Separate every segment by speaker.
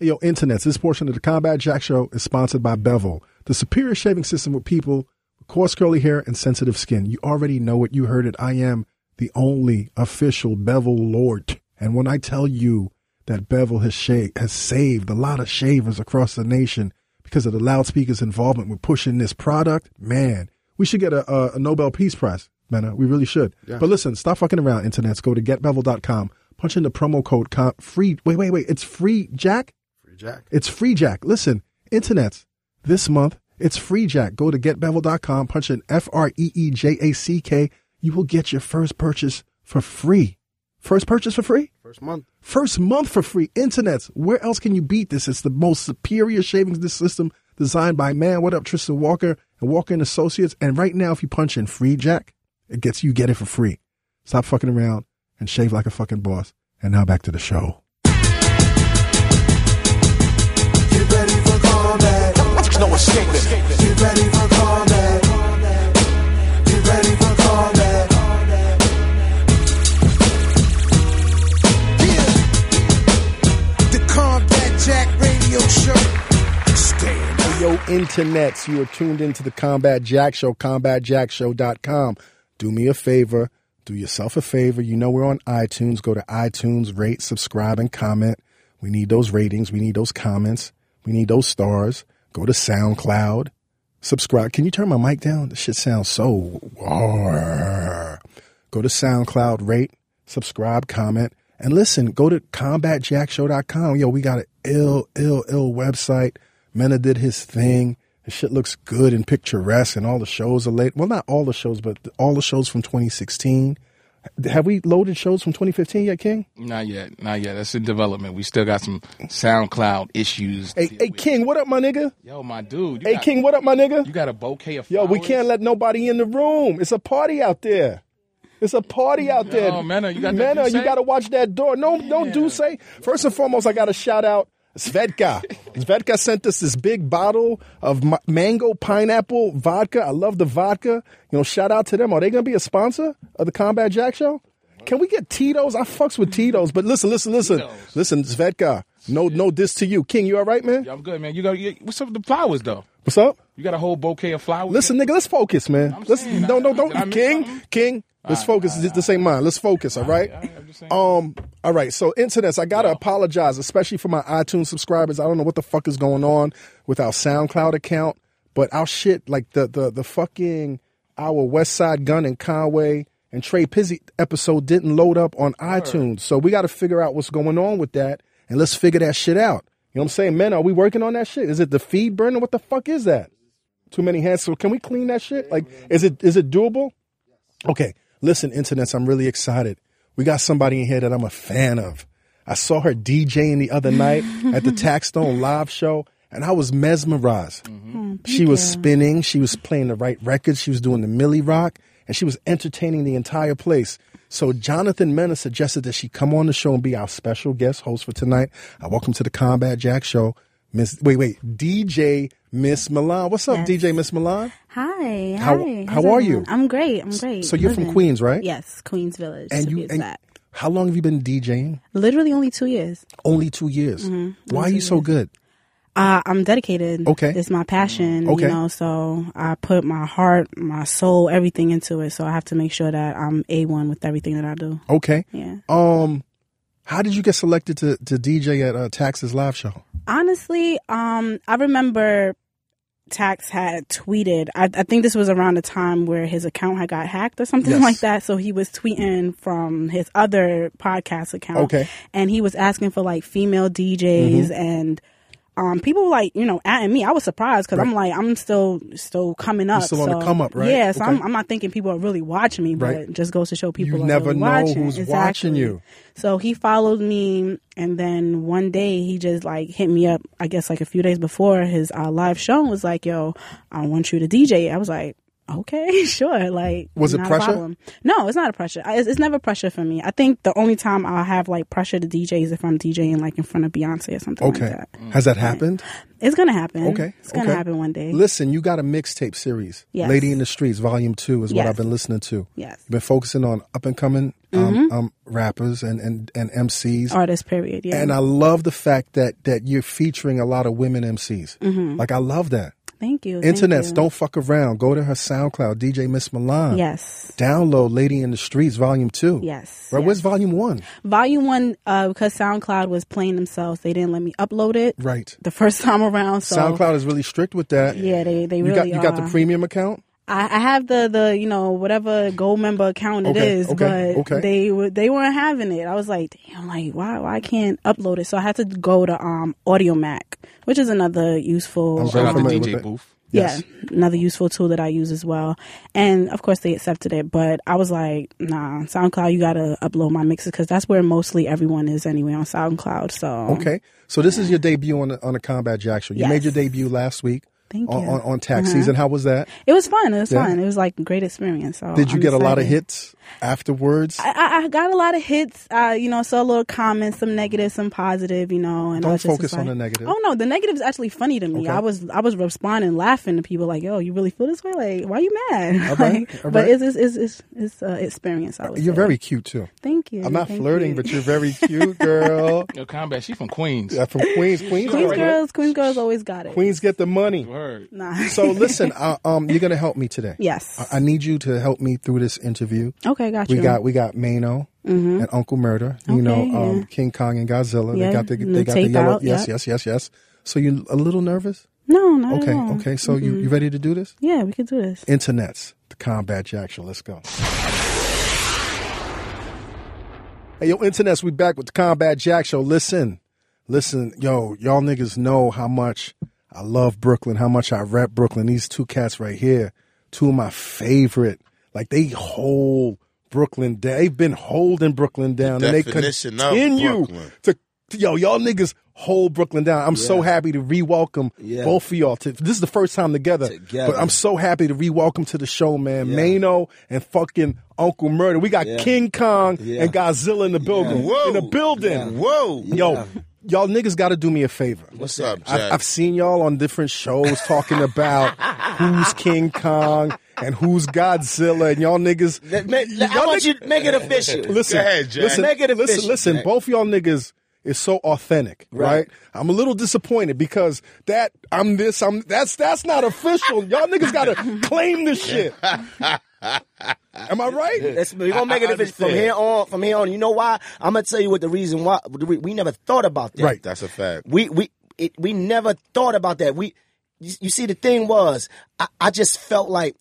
Speaker 1: Yo, internets, this portion of the Combat Jack Show is sponsored by Bevel, the superior shaving system with people with coarse curly hair and sensitive skin. You already know it. You heard it. I am the only official Bevel Lord. And when I tell you that Bevel has, sha- has saved a lot of shavers across the nation because of the loudspeaker's involvement with pushing this product, man, we should get a, a, a Nobel Peace Prize, man. uh, We really should.
Speaker 2: Yeah.
Speaker 1: But listen, stop fucking around, internets. Go to getbevel.com, punch in the promo code com- free. Wait, wait, wait. It's free, Jack?
Speaker 2: Free Jack.
Speaker 1: It's free jack. Listen, internets, this month, it's free jack. Go to getbevel.com, punch in F R E E J A C K. You will get your first purchase for free. First purchase for free?
Speaker 2: First month.
Speaker 1: First month for free. Internets, where else can you beat this? It's the most superior shavings this system designed by man. What up, Tristan Walker and Walker and Associates? And right now, if you punch in free jack, it gets you get it for free. Stop fucking around and shave like a fucking boss. And now back to the show.
Speaker 3: Get ready for combat. No escaping. Get ready for combat. Get ready for combat. Yeah. The Combat Jack Radio Show. Stand up.
Speaker 1: Yo, internets, you are tuned into the Combat Jack Show, combatjackshow.com. Do me a favor, do yourself a favor. You know we're on iTunes. Go to iTunes, rate, subscribe, and comment. We need those ratings. We need those comments. We need those stars. Go to SoundCloud, subscribe. Can you turn my mic down? This shit sounds so. Go to SoundCloud, rate, subscribe, comment, and listen. Go to combatjackshow.com. Yo, we got an ill, ill, ill website. Mena did his thing. The shit looks good and picturesque, and all the shows are late. Well, not all the shows, but all the shows from 2016. Have we loaded shows from 2015 yet, King?
Speaker 4: Not yet. Not yet. That's in development. We still got some SoundCloud issues. to
Speaker 1: Hey,
Speaker 4: deal
Speaker 1: hey,
Speaker 4: with.
Speaker 1: King, what up, my nigga?
Speaker 4: Yo, my dude. You
Speaker 1: Hey,
Speaker 4: got,
Speaker 1: King, what up, my nigga?
Speaker 4: You got a bouquet of
Speaker 1: Yo,
Speaker 4: flowers?
Speaker 1: we can't let nobody in the room. It's a party out there. It's a party out there.
Speaker 4: Yo, Oh, Mena, you got that
Speaker 1: Mena,
Speaker 4: Duce?
Speaker 1: you gotta watch that door. No, no, do say. First and foremost, I gotta shout out Svedka. Svedka sent us this big bottle of ma- mango pineapple vodka. I love the vodka. You know, shout out to them. Are they gonna be a sponsor of the Combat Jack Show? Can we get Tito's? I fucks with Tito's, but listen, listen, listen,
Speaker 4: Tito's.
Speaker 1: listen, Svedka. No, no diss to you, King. You all right, man?
Speaker 4: Yo, I'm good, man. You got you, what's up with the flowers though?
Speaker 1: What's up?
Speaker 4: You got a whole bouquet of flowers.
Speaker 1: Listen, nigga, let's focus, man.
Speaker 4: I'm
Speaker 1: let's
Speaker 4: saying,
Speaker 1: no, no,
Speaker 4: I-
Speaker 1: don't,
Speaker 4: I mean
Speaker 1: King,
Speaker 4: something.
Speaker 1: King. Let's focus. this, this ain't mine. Let's focus. All right.
Speaker 4: alright, I'm just saying.
Speaker 1: um. All right. So incidents. I gotta apologize, especially for my iTunes subscribers. I don't know what the fuck is going on with our SoundCloud account, but our shit, like the the the fucking our West Side Gun and Conway and Trey Pizzy episode didn't load up on iTunes. So we got to figure out what's going on with that, and let's figure that shit out. You know what I'm saying, man? Are we working on that shit? Is it the feed burner? What the fuck is that? too many hands. So can we clean that shit? Like, is it is it doable? Okay, listen, internets, I'm really excited. We got somebody in here that I'm a fan of. I saw her DJing the other night at the Tax Stone live show, and I was mesmerized. She was spinning. She was playing the right records. She was doing the Millie Rock, and she was entertaining the entire place. So Jonathan Mena suggested that she come on the show and be our special guest host for tonight. I welcome to the Combat Jack Show, Miss. Wait, wait, DJ Miss Milan. What's up, DJ Miss Milan?
Speaker 5: Hi.
Speaker 1: How-
Speaker 5: hi.
Speaker 1: how
Speaker 5: How's
Speaker 1: are
Speaker 5: everyone?
Speaker 1: you?
Speaker 5: I'm great. I'm great.
Speaker 1: so you're from Queens, right?
Speaker 5: Yes, Queens Village. to be exact.
Speaker 1: how long have you been DJing?
Speaker 5: Literally only two years.
Speaker 1: Only two years.
Speaker 5: Mm-hmm.
Speaker 1: Why are you so good?
Speaker 5: Uh, I'm dedicated.
Speaker 1: Okay.
Speaker 5: It's my passion,
Speaker 1: Okay.
Speaker 5: you know, so I put my heart, my soul, everything into it. So I have to make sure that I'm A1 with everything that I do.
Speaker 1: Okay.
Speaker 5: Yeah.
Speaker 1: Um, how did you get selected to, to DJ at uh, Tax's live show?
Speaker 5: Honestly, um, I remember Tax had tweeted. I, I think this was around the time where his account had got hacked or something
Speaker 1: Yes.
Speaker 5: like that. So he was tweeting from his other podcast account.
Speaker 1: Okay. Mm-hmm.
Speaker 5: and he was asking for like female DJs and. Um, people were like you know at me. I was surprised because I'm like I'm still still coming up.
Speaker 1: still on the
Speaker 5: so-
Speaker 1: come up, right?
Speaker 5: Yeah, so I'm,
Speaker 1: Okay.
Speaker 5: I'm not thinking people are really watching me, but
Speaker 1: Right.
Speaker 5: it just goes to show people
Speaker 1: You
Speaker 5: are
Speaker 1: never
Speaker 5: really
Speaker 1: know
Speaker 5: watching.
Speaker 1: who's
Speaker 5: Exactly.
Speaker 1: watching you.
Speaker 5: So he followed me, and then one day he just like hit me up. I guess like a few days before his uh, live show and was like, "Yo, I want you to DJ." I was like, okay, sure. Like,
Speaker 1: Was it
Speaker 5: not a
Speaker 1: pressure?
Speaker 5: problem. No, it's not a pressure. I- It's, it's never pressure for me. I think the only time I'll have like pressure to DJ is if I'm DJing like in front of Beyonce or something
Speaker 1: Okay.
Speaker 5: like that.
Speaker 1: Has that happened?
Speaker 5: It's gonna happen.
Speaker 1: Okay.
Speaker 5: it's gonna
Speaker 1: okay.
Speaker 5: happen one day.
Speaker 1: Listen, you got a mixtape series.
Speaker 5: Yes.
Speaker 1: Lady in the Streets, Volume 2 is what
Speaker 5: Yes. Mm-hmm.
Speaker 1: I've been listening to.
Speaker 5: Yes.
Speaker 1: Been focusing on up and coming um, um, rappers and, and, and MCs.
Speaker 5: Artist period. Yeah.
Speaker 1: And uh, I love the fact that that you're featuring a lot of women MCs. Like I love that.
Speaker 5: thank you. Mm-hmm. thank
Speaker 1: Internets,
Speaker 5: you.
Speaker 1: don't fuck around. Go to her SoundCloud, DJ Miss Milan.
Speaker 5: Yes.
Speaker 1: Download Lady in the Streets Volume Two.
Speaker 5: Yes.
Speaker 1: Right. Where's Volume One?
Speaker 5: Volume one, uh, because SoundCloud was playing themselves, they didn't let me upload it
Speaker 1: Right.
Speaker 5: the first time around. So
Speaker 1: SoundCloud is really strict with that.
Speaker 5: Yeah, they they
Speaker 1: You
Speaker 5: really
Speaker 1: got you got the
Speaker 5: are.
Speaker 1: premium account.
Speaker 5: I, I have the the you know whatever gold member account it
Speaker 1: Okay,
Speaker 5: is,
Speaker 1: okay,
Speaker 5: but
Speaker 1: okay.
Speaker 5: they were they weren't having it. I was like, damn, like why why I can't upload it? So I had to go to um Audio Mac, which is another
Speaker 1: sorry,
Speaker 5: useful
Speaker 4: Shout out to
Speaker 5: um,
Speaker 1: familiar with
Speaker 4: DJ
Speaker 1: it.
Speaker 4: Booth.
Speaker 1: Yes.
Speaker 5: yeah another useful tool that I use as well. And of course they accepted it, but I was like, nah, SoundCloud, you gotta upload my mixes because that's where mostly everyone is anyway on SoundCloud. So
Speaker 1: Okay. So this is your debut on the, on the Combat Jack show. You
Speaker 5: Yes.
Speaker 1: made your debut last week.
Speaker 5: Thank
Speaker 1: on,
Speaker 5: you. Uh-huh.
Speaker 1: on, on tax season. How was that?
Speaker 5: it was fun. It was
Speaker 1: Yeah.
Speaker 5: fun. It was like a great experience. So
Speaker 1: Did you
Speaker 5: I'm
Speaker 1: get a lot of
Speaker 5: excited.
Speaker 1: hits afterwards?
Speaker 5: I- I, I got a lot of hits. Uh, you know, saw a little comments, some negative, some positive. You know, and I
Speaker 1: Don't
Speaker 5: was just
Speaker 1: focus
Speaker 5: was
Speaker 1: on
Speaker 5: like-
Speaker 1: the negative.
Speaker 5: Oh no, the negative is actually funny to me.
Speaker 1: Okay.
Speaker 5: I was I was responding, laughing to people like, "Yo, you really feel this way? Like, why you mad?"
Speaker 1: All right,
Speaker 5: Like,
Speaker 1: all
Speaker 5: But
Speaker 1: right.
Speaker 5: it's it's it's it's, it's uh, experience. I would
Speaker 1: you're
Speaker 5: say.
Speaker 1: very cute too.
Speaker 5: Thank you.
Speaker 1: I'm not
Speaker 5: thank
Speaker 1: flirting,
Speaker 5: you.
Speaker 1: but you're very cute, girl.
Speaker 4: Yo, Combat, she from Queens.
Speaker 1: Yeah, from Queens, Queens,
Speaker 5: Queens
Speaker 1: alright.
Speaker 5: girls, Queens girls always got it.
Speaker 1: Queens get the money.
Speaker 4: Word.
Speaker 5: Nah.
Speaker 1: So listen, I, um, you're gonna help me today.
Speaker 5: yes.
Speaker 1: I, I need you to help me through this interview.
Speaker 5: okay, got you.
Speaker 1: uh, We got we got Mano and Uncle Murder. You
Speaker 5: Mm-hmm. Okay,
Speaker 1: know, um,
Speaker 5: yeah.
Speaker 1: King Kong and Godzilla.
Speaker 5: Yeah,
Speaker 1: They got the
Speaker 5: and
Speaker 1: they
Speaker 5: the
Speaker 1: got the
Speaker 5: tape
Speaker 1: yellow.
Speaker 5: out,
Speaker 1: yes,
Speaker 5: yeah.
Speaker 1: yes, yes, yes. So you a little nervous?
Speaker 5: no, not
Speaker 1: Okay,
Speaker 5: at all.
Speaker 1: okay. So you
Speaker 5: Mm-hmm.
Speaker 1: you ready to do this?
Speaker 5: Yeah, we could do this.
Speaker 1: Internets, the combat jackson. Let's go. Hey, yo, internets, we back with the combat jack show. Listen, listen, yo, y'all niggas know how much I love Brooklyn, how much I rep Brooklyn. These two cats right here, two of my favorite. Like they hold Brooklyn down. They've been holding Brooklyn down, and they
Speaker 2: definition of
Speaker 1: continue
Speaker 2: Brooklyn.
Speaker 1: to. Yo, y'all niggas hold Brooklyn down. I'm so happy to re-welcome
Speaker 6: Yeah.
Speaker 1: both of y'all. To, this is the first time together,
Speaker 6: Together.
Speaker 1: but I'm so happy to re-welcome to the show, man. Mano and fucking Uncle Murder. We got
Speaker 6: Yeah.
Speaker 1: King Kong
Speaker 6: Yeah.
Speaker 1: and Godzilla in the building.
Speaker 2: Whoa.
Speaker 1: In the building.
Speaker 2: Whoa.
Speaker 1: Yo, y'all niggas got to do me a favor.
Speaker 2: What's up, Jack?
Speaker 1: I've, I've seen y'all on different shows talking about who's King Kong and whoho's Godzilla, and y'all niggas.
Speaker 6: Let- ma- let- I want you to make it official.
Speaker 1: Listen,
Speaker 2: ahead, Jack.
Speaker 1: listen,
Speaker 6: Make it
Speaker 1: listen,
Speaker 6: official,
Speaker 1: listen.
Speaker 6: Jack.
Speaker 1: Both y'all niggas is so authentic, right.
Speaker 6: Right.
Speaker 1: I'm a little disappointed because that I'm this, I'm that's that's not official. y'all niggas gotta claim this shit. Am I right?
Speaker 6: That's, we're gonna make
Speaker 2: I- I
Speaker 6: it official from
Speaker 2: understand.
Speaker 6: here on. From here on, you know why? I'm gonna tell you what the reason why. the re- We never thought about that.
Speaker 1: Right.
Speaker 2: That's a fact.
Speaker 6: We we it, we never thought about that. We you, you see the thing was I, I just felt like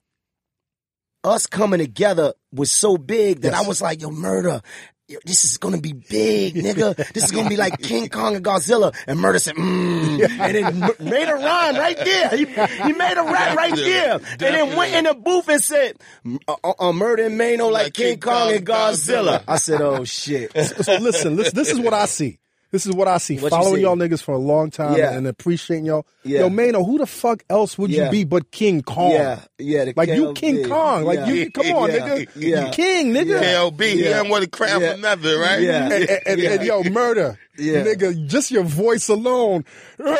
Speaker 6: us coming together was so big that I was like, yo, murder. yo, This is gonna be big, nigga. This is gonna be like King Kong and Godzilla. And Murder said, mm. and then m- made a rhyme right there. He, he made a rap right there, and then went in the booth and said, "M- uh, uh, uh, Murder and Mano like, King, Kong, and Godzilla. I said, oh shit.
Speaker 1: So listen, listen, this is what I see. This is what I see.
Speaker 6: What you
Speaker 1: Following
Speaker 6: see?
Speaker 1: y'all niggas for a long time
Speaker 6: Yeah.
Speaker 1: and appreciating y'all.
Speaker 6: Yeah.
Speaker 1: Yo, Mano, who the fuck else would
Speaker 6: Yeah.
Speaker 1: you be but King Kong?
Speaker 6: Yeah, yeah. The
Speaker 1: Like you
Speaker 6: KLB.
Speaker 1: King Kong. Like
Speaker 6: Yeah.
Speaker 1: you come on,
Speaker 6: Yeah.
Speaker 1: nigga.
Speaker 6: Yeah.
Speaker 1: You King, nigga.
Speaker 2: KLB, he
Speaker 6: Yeah.
Speaker 2: didn't want to cry
Speaker 6: Yeah.
Speaker 2: for nothing, right?
Speaker 6: Yeah.
Speaker 1: and, and- and- and, yo, murder,
Speaker 6: Yeah.
Speaker 1: nigga, just your voice alone, like,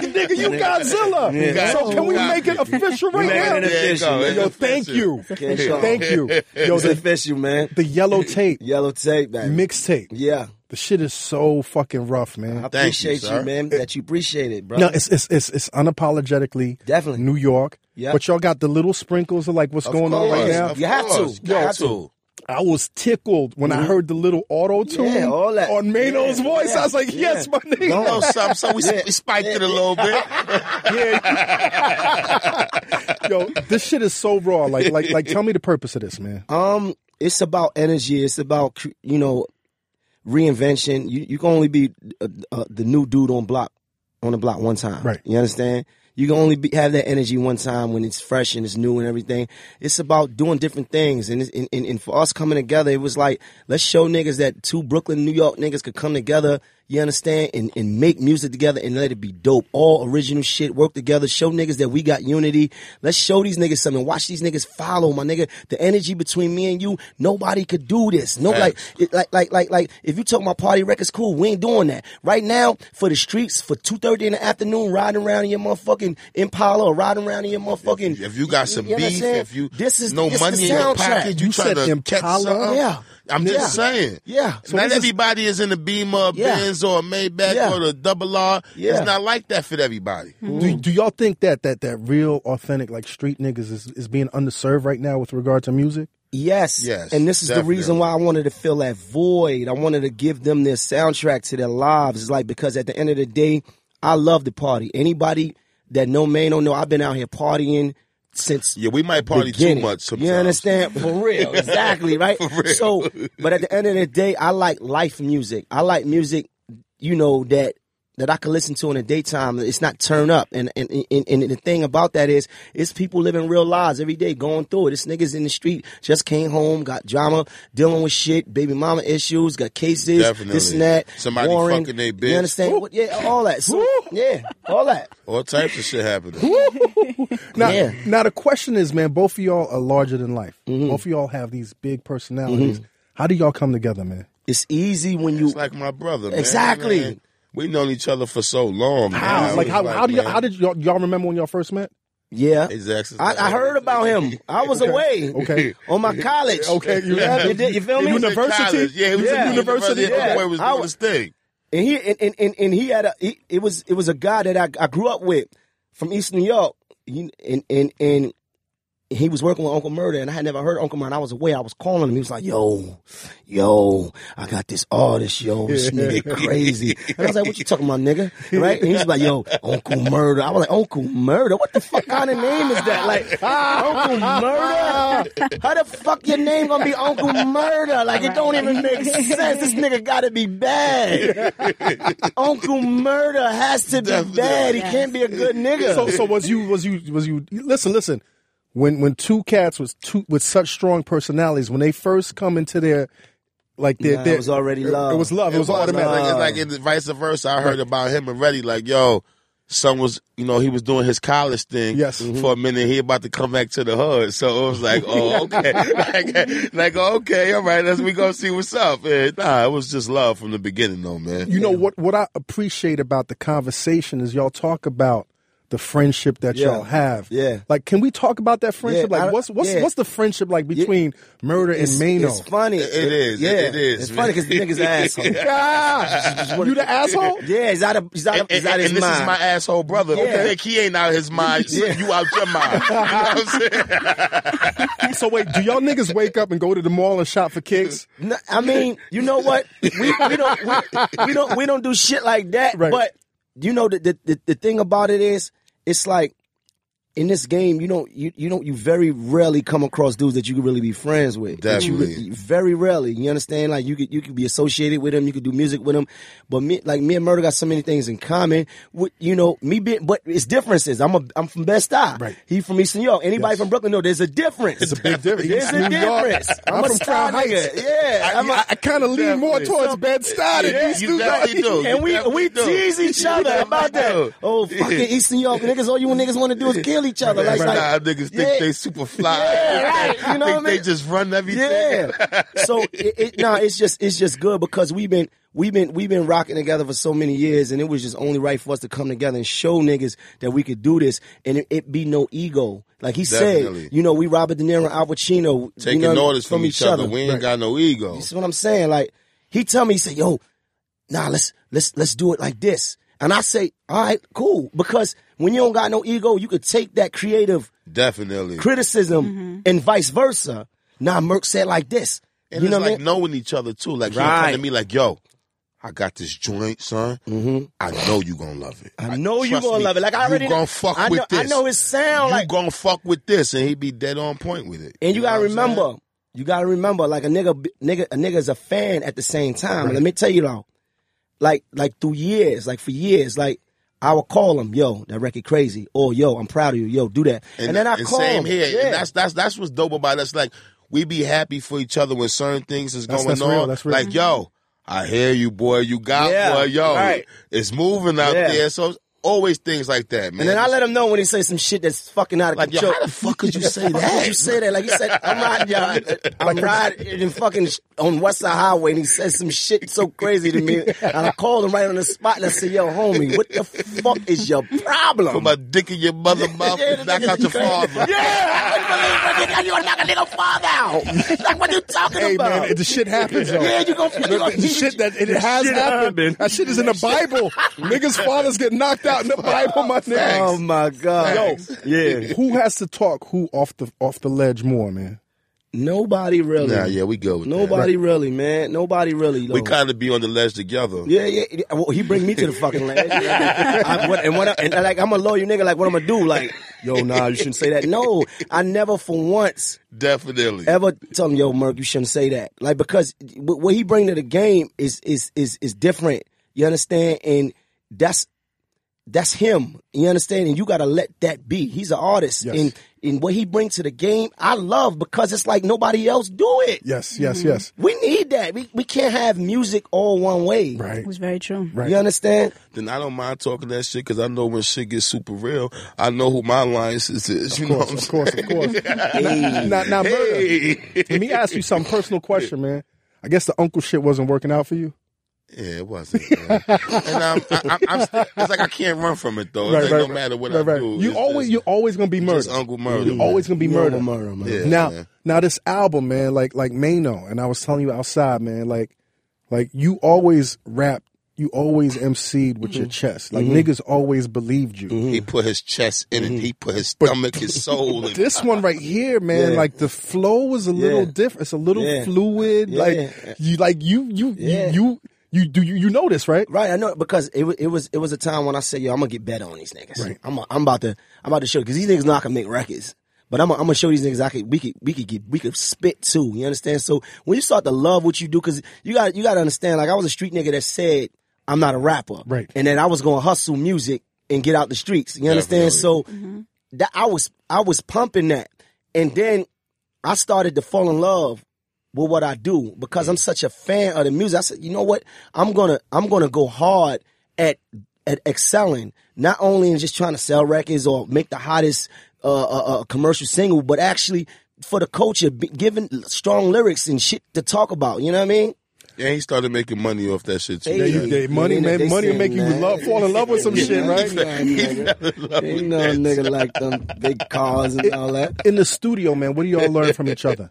Speaker 1: nigga, you Godzilla.
Speaker 2: Yeah.
Speaker 1: So can we
Speaker 2: Godzilla.
Speaker 1: make it official right
Speaker 6: Making
Speaker 1: now?
Speaker 6: it
Speaker 2: There you go. It's
Speaker 6: official.
Speaker 1: Yo, thank
Speaker 2: official.
Speaker 1: you,
Speaker 6: official.
Speaker 1: thank you. Yo,
Speaker 6: It's
Speaker 1: the,
Speaker 6: official, man.
Speaker 1: the yellow tape
Speaker 6: Yellow tape, man.
Speaker 1: mixtape,
Speaker 6: Yeah.
Speaker 1: the shit is so fucking rough,
Speaker 6: I
Speaker 1: man.
Speaker 2: Thank you,
Speaker 6: appreciate you,
Speaker 2: sir.
Speaker 6: man, that you appreciate it, bro.
Speaker 1: No, it's it's it's, it's unapologetically
Speaker 6: Definitely.
Speaker 1: New York.
Speaker 6: Yeah.
Speaker 1: But y'all got the little sprinkles of like what's going on right
Speaker 2: course,
Speaker 1: now.
Speaker 2: of
Speaker 6: You have to.
Speaker 2: course,
Speaker 6: You
Speaker 2: got
Speaker 6: have to.
Speaker 2: to.
Speaker 1: I was tickled when I heard the little auto tune
Speaker 6: Mm-hmm. Yeah, all that.
Speaker 1: on Mano's
Speaker 6: Yeah,
Speaker 1: voice.
Speaker 6: yeah,
Speaker 1: I was like,
Speaker 6: yeah.
Speaker 1: yes, my nigga.
Speaker 2: You know something, so we, we spiked it a little bit.
Speaker 1: Yo, this shit is so raw. Like, like, like. Tell me the purpose of this, man.
Speaker 6: Um, it's about energy. It's about cr- you know reinvention. You you can only be uh, uh, the new dude on block on the block one time.
Speaker 1: Right.
Speaker 6: You understand? You can only be, have that energy one time when it's fresh and it's new and everything. It's about doing different things, and, it's, and and and for us coming together, it was like let's show niggas that two Brooklyn, New York niggas could come together You understand? And and make music together and let it be dope. All original shit. Work together. Show niggas that we got unity. Let's show these niggas something. Watch these niggas follow my nigga. The energy between me and you, nobody could do this. No, like, it- like, like, like, like. If you talk about party records, cool. We ain't doing that right now. For the streets, for two thirty in the afternoon, riding around in your motherfucking Impala or riding around in your motherfucking.
Speaker 2: If you got some
Speaker 6: You know what I'm
Speaker 2: beef,
Speaker 6: saying?
Speaker 2: if you
Speaker 6: This is-
Speaker 2: no
Speaker 6: this is
Speaker 2: money in
Speaker 6: the
Speaker 2: your
Speaker 6: soundtrack.
Speaker 2: pocket, you,
Speaker 1: You
Speaker 2: trying
Speaker 1: said
Speaker 2: to catch
Speaker 1: Impala?
Speaker 2: something.
Speaker 6: Yeah.
Speaker 2: I'm
Speaker 6: Yeah.
Speaker 2: just saying.
Speaker 6: Yeah. So
Speaker 2: not
Speaker 6: this is-
Speaker 2: everybody is in the Beamer,
Speaker 6: Yeah.
Speaker 2: Benz, or a Maybach,
Speaker 6: Yeah.
Speaker 2: or the Double R.
Speaker 6: Yeah. Hmm.
Speaker 2: It's not like that for everybody.
Speaker 1: Do, do y'all think that that that real authentic like street niggas is, is being underserved right now with regard to music?
Speaker 6: Yes.
Speaker 2: Yes,
Speaker 6: And this is the reason
Speaker 2: definitely.
Speaker 6: why I wanted to fill that void. I wanted to give them their soundtrack to their lives. It's like because at the end of the day, I love the party. Anybody that know man don't know, I've been out here partying since
Speaker 2: Yeah, we might party
Speaker 6: beginning.
Speaker 2: too much sometimes.
Speaker 6: You understand? For real. Exactly, right?
Speaker 2: For real.
Speaker 6: So but at the end of the day, I like life music. I like music, you know, that that I can listen to in the daytime. It's not turn up. And and, and and the thing about that is it's people living real lives every day, going through it. This niggas in the street just came home, got drama, dealing with shit, baby mama issues, got cases, this
Speaker 2: Definitely.
Speaker 6: and that.
Speaker 2: Somebody
Speaker 6: Warren,
Speaker 2: fucking they
Speaker 6: You
Speaker 2: bitch.
Speaker 6: understand? What- yeah, all that. So, yeah, all that.
Speaker 2: All types of shit happening.
Speaker 1: Now,
Speaker 6: Yeah.
Speaker 1: now the question is, man, both of y'all are larger than life. Both of y'all have these big personalities. How do y'all come together, man?
Speaker 6: It's easy when you
Speaker 2: It's like my brother. man.
Speaker 6: Exactly.
Speaker 2: Man, we known each other for so long. man.
Speaker 1: How?
Speaker 2: It's
Speaker 1: like how, how do y'all
Speaker 2: man,
Speaker 1: how did y'all, y'all remember when y'all first met?
Speaker 6: Yeah.
Speaker 2: His exercise.
Speaker 6: I, I heard about him. I was away.
Speaker 1: Okay.
Speaker 6: On my college.
Speaker 1: Okay, you-
Speaker 6: You, did- you feel me?
Speaker 2: He was in
Speaker 1: University?
Speaker 2: college. Yeah, he was
Speaker 6: Yeah.
Speaker 2: in university.
Speaker 6: University, yeah.
Speaker 2: Yeah. Boy was
Speaker 6: I
Speaker 2: doing his
Speaker 6: was-
Speaker 2: thing.
Speaker 6: And he and, and, and, and he had a he, it was it was a guy that I, I grew up with from East New York. You- And and and he was working with Uncle Murder, and I had never heard of Uncle Murder. I was away. I was calling him. He was like, "Yo, yo, I got this artist, yo, this nigga crazy." And I was like, "What you talking about, nigga?" Right? And he was like, "Yo, Uncle Murder." I was like, "Uncle Murder? What the fuck kind of name is that? Like, Uncle Murder? How the fuck your name gonna be Uncle Murder? Like, it don't even make sense. This nigga gotta be bad. Uncle Murder has to be bad. He can't be a good nigga."
Speaker 1: So so was you was you was you listen, listen. When when two cats was two with such strong personalities, when they first come into their like their,
Speaker 6: Nah, it
Speaker 1: their
Speaker 6: was already
Speaker 1: it-
Speaker 6: love.
Speaker 1: It was love. It, was, automatic.
Speaker 2: Like, it's like in the vice versa. I heard about him already. Like, yo, son was, you know, he was doing his college thing
Speaker 1: Yes. Mm-hmm.
Speaker 2: for a minute. He about to come back to the hood. So it was like, oh, okay. like, like, okay, all right, let's we go see what's up. And, nah, it was just love from the beginning, though, man.
Speaker 1: You know what? What I appreciate about the conversation is y'all talk about the friendship that
Speaker 6: Yeah.
Speaker 1: y'all have.
Speaker 6: Yeah.
Speaker 1: Like, can we talk about that friendship?
Speaker 6: Yeah, I-
Speaker 1: like, what's what's
Speaker 6: yeah.
Speaker 1: what's the friendship like between Murder and Mano?
Speaker 6: It's funny.
Speaker 2: It- it is.
Speaker 6: Yeah,
Speaker 2: It- it is,
Speaker 6: It's
Speaker 2: man.
Speaker 6: funny because the nigga's an asshole.
Speaker 1: Ah, you the asshole?
Speaker 6: Yeah, he's out of he's out of,
Speaker 2: And,
Speaker 6: he's
Speaker 2: and,
Speaker 6: out of his
Speaker 2: and this
Speaker 6: mind.
Speaker 2: is my asshole brother.
Speaker 6: Yeah.
Speaker 2: Nick, he ain't out of his mind. so You out your mind. You know what I'm saying?
Speaker 1: So wait, do y'all niggas wake up and go to the mall and shop for kicks?
Speaker 6: No, I mean, you know what? We, we don't we, we don't we don't do shit like that.
Speaker 1: Right.
Speaker 6: But you know the, the the the thing about it is, it's like in this game, you don't you you don't you very rarely come across dudes that you can really be friends with. That you
Speaker 2: Definitely.
Speaker 6: really- very rarely. You understand? Like you could you could be associated with them, you could do music with them, but me like me and Murder got so many things in common. With you know me being, but it's differences. I'm a I'm from Best Eye.
Speaker 1: Right.
Speaker 6: He from Eastern York. Anybody from Brooklyn? No, there's a difference. It's a
Speaker 1: big difference.
Speaker 6: There's a
Speaker 1: New York.
Speaker 6: difference. I'm,
Speaker 1: I'm
Speaker 6: a
Speaker 1: from
Speaker 6: star
Speaker 1: Crown
Speaker 6: nigga.
Speaker 1: Heights.
Speaker 6: Yeah. I'm a-
Speaker 1: I, I kind of lean more
Speaker 2: Definitely.
Speaker 1: towards Bed Stuy than
Speaker 2: Yeah,
Speaker 1: East
Speaker 2: you
Speaker 1: New York.
Speaker 2: definitely do.
Speaker 6: and we
Speaker 2: Yeah,
Speaker 6: we
Speaker 2: we do.
Speaker 6: tease each other
Speaker 2: Yeah,
Speaker 6: about
Speaker 2: we
Speaker 6: that.
Speaker 2: do.
Speaker 6: Oh, fucking Eastern York niggas! All you niggas want to do is kill each other. Like, like,
Speaker 2: nah, niggas think
Speaker 6: yeah.
Speaker 2: they super fly.
Speaker 6: Yeah, right. You
Speaker 2: think
Speaker 6: know what I mean?
Speaker 2: they just run everything.
Speaker 6: Yeah. So it, it, no, it's just it's just good because we've been we've been we've been rocking together for so many years, and it was just only right for us to come together and show niggas that we could do this, and it, it be no ego. Like he
Speaker 2: Definitely.
Speaker 6: said, you know, we Robert De Niro and Al Pacino you
Speaker 2: Taking
Speaker 6: know,
Speaker 2: orders from, each other. We ain't got no ego.
Speaker 6: You see what I'm saying? Like he tell me, he said, "Yo, nah, let's let's let's do it like this." And I say, "All right, cool," because when you don't got no ego, you could take that creative
Speaker 2: Definitely.
Speaker 6: criticism and vice versa. Nah, Merck said like this.
Speaker 2: And
Speaker 6: you
Speaker 2: it's
Speaker 6: know what I
Speaker 2: like
Speaker 6: mean?
Speaker 2: knowing each other too. Like he'll come
Speaker 6: Right.
Speaker 2: to me like, yo, I got this joint, son. I know you gonna love it.
Speaker 6: Mm-hmm. I know you
Speaker 2: trust
Speaker 6: gonna
Speaker 2: me,
Speaker 6: love it. Like I already
Speaker 2: you gonna fuck
Speaker 6: I know,
Speaker 2: with this.
Speaker 6: I know it sound
Speaker 2: you
Speaker 6: like,
Speaker 2: gonna fuck with this, and he be dead on point with it.
Speaker 6: and you
Speaker 2: know
Speaker 6: gotta
Speaker 2: what I'm saying?
Speaker 6: remember, you gotta remember, like a nigga, b- nigga, a nigga's a fan at the same time. Let me tell you though, like, like through years, like for years, like I would call him, yo, that record crazy, or yo, I'm proud of you, yo, do that, and, then I call
Speaker 2: same
Speaker 6: him,
Speaker 2: here.
Speaker 6: yeah.
Speaker 2: And that's that's that's what's dope about us. Like we be happy for each other when certain things is
Speaker 1: That's-
Speaker 2: going
Speaker 1: that's
Speaker 2: on.
Speaker 1: real, that's real.
Speaker 2: Like yo. I hear you, boy. You got
Speaker 6: Yeah,
Speaker 2: boy, yo.
Speaker 6: right.
Speaker 2: It's moving out
Speaker 6: Yeah.
Speaker 2: there. So it's always things like that, man.
Speaker 6: And then I let him know when he say some shit that's fucking out of
Speaker 2: like, yo,
Speaker 6: control.
Speaker 2: how the fuck could you say
Speaker 6: Why would
Speaker 2: that?
Speaker 6: you say that? Like you said, I'm riding, y'all, I'm riding in fucking sh- on West Side Highway, and he said some shit so crazy to me, and I called him right on the spot, and I said, "Yo, homie, what the fuck is your
Speaker 2: Put
Speaker 6: problem?"
Speaker 2: my dick in your mother mouth
Speaker 6: Yeah,
Speaker 2: and knock out your father.
Speaker 6: Yeah, you gonna knock a nigga father out? Like what you talking
Speaker 1: Hey
Speaker 6: about?
Speaker 1: man, it, the shit happens. Yo.
Speaker 6: yeah, you gonna, you
Speaker 1: The,
Speaker 6: gonna
Speaker 1: the shit that it has
Speaker 6: shit
Speaker 1: happened.
Speaker 6: happened.
Speaker 1: That shit is in the Bible. Niggas' fathers get knocked out in the Bible, my
Speaker 6: Oh
Speaker 1: nigga.
Speaker 6: my god, yo, yeah,
Speaker 1: Who has to talk who off the off the ledge more, man?
Speaker 6: nobody really.
Speaker 2: Nah, yeah, we go with that.
Speaker 6: Nobody really, man. Nobody really.
Speaker 2: We
Speaker 6: though.
Speaker 2: kind of be on the ledge together.
Speaker 6: Yeah, yeah. yeah. Well, he bring me to the fucking ledge. I, what, and what? I, and like, I'm a lawyer, nigga. Like, what I'm gonna do? Like, yo, nah, you shouldn't say that. No, I never for once
Speaker 2: Definitely.
Speaker 6: ever tell him, yo, Merc, you shouldn't say that. Like, because what what he bring to the game is is is is different. You understand? And that's that's him. You understand? And you gotta let that be. He's an artist,
Speaker 1: Yes.
Speaker 6: and and what he brings to the game, I love because it's like nobody else do it.
Speaker 1: Yes, yes, yes.
Speaker 6: We need that. We we can't have music all one way.
Speaker 1: Right.
Speaker 5: It was very true.
Speaker 1: Right.
Speaker 6: You understand?
Speaker 2: Then I don't mind talking that shit because I know when shit gets super real, I know who my alliances is. You
Speaker 1: Of
Speaker 2: know what
Speaker 1: course,
Speaker 2: I'm
Speaker 1: of
Speaker 2: saying?
Speaker 1: course, of course. Now, now, now, murder.
Speaker 2: Hey.
Speaker 1: Let me ask you some personal question, man. I guess the uncle shit wasn't working out for you.
Speaker 2: Yeah, it wasn't. man. and I'm, I, I'm, I'm st- it's like I can't run from it though. It's like no matter what
Speaker 1: right,
Speaker 2: I
Speaker 1: right.
Speaker 2: do,
Speaker 1: You
Speaker 2: it's
Speaker 1: always
Speaker 2: just-
Speaker 1: you're always gonna be
Speaker 2: just
Speaker 1: murdered.
Speaker 2: Uncle Murder.
Speaker 1: You're always gonna be murdered.
Speaker 6: murder, man.
Speaker 2: Yeah,
Speaker 1: now
Speaker 2: man.
Speaker 1: now this album, man, like like Mano, and I was telling you outside, man, like like you always rapped, you always MC'd with
Speaker 2: Mm-hmm.
Speaker 1: your chest. Like niggas always believed you.
Speaker 2: He put his chest in it. He put his stomach, his soul. In.
Speaker 1: This one right here, man,
Speaker 6: Yeah.
Speaker 1: like the flow was a little
Speaker 6: Yeah.
Speaker 1: different. It's a little
Speaker 6: Yeah.
Speaker 1: fluid.
Speaker 6: Yeah.
Speaker 1: Like you like you you
Speaker 6: Yeah.
Speaker 1: you, you you do you, you know this, right?
Speaker 6: Right, I know it because it, wa- it was it was a time when I said, "Yo, I'm gonna get better on these niggas. I'm a, I'm about to I'm about to show because these niggas not gonna make records, but I'm i I'm gonna show these niggas I could we could we could get we could spit too. You understand? So when you start to love what you do, because you got you got to understand, like I was a street nigga that said I'm not a rapper,
Speaker 1: Right.
Speaker 6: and then I was gonna hustle music and get out the streets. You understand? So that I was I was pumping that, and then I started to fall in love with what I do because I'm such a fan of the music. I said, you know what? I'm gonna I'm gonna go hard at at excelling, not only in just trying to sell records or make the hottest uh, uh, uh, commercial single, but actually for the culture, be, giving strong lyrics and shit to talk about. You know what I mean?
Speaker 2: Yeah, he started making money off that shit too.
Speaker 6: Hey,
Speaker 1: Yeah, you,
Speaker 2: man.
Speaker 1: they, money,
Speaker 6: They-
Speaker 1: man,
Speaker 6: they
Speaker 1: money will
Speaker 6: sing,
Speaker 1: make you
Speaker 6: man.
Speaker 1: love, fall in love with some shit, right?
Speaker 6: Ain't no nigga like them big cars and all that.
Speaker 1: in the studio, man, what do y'all learn from each other?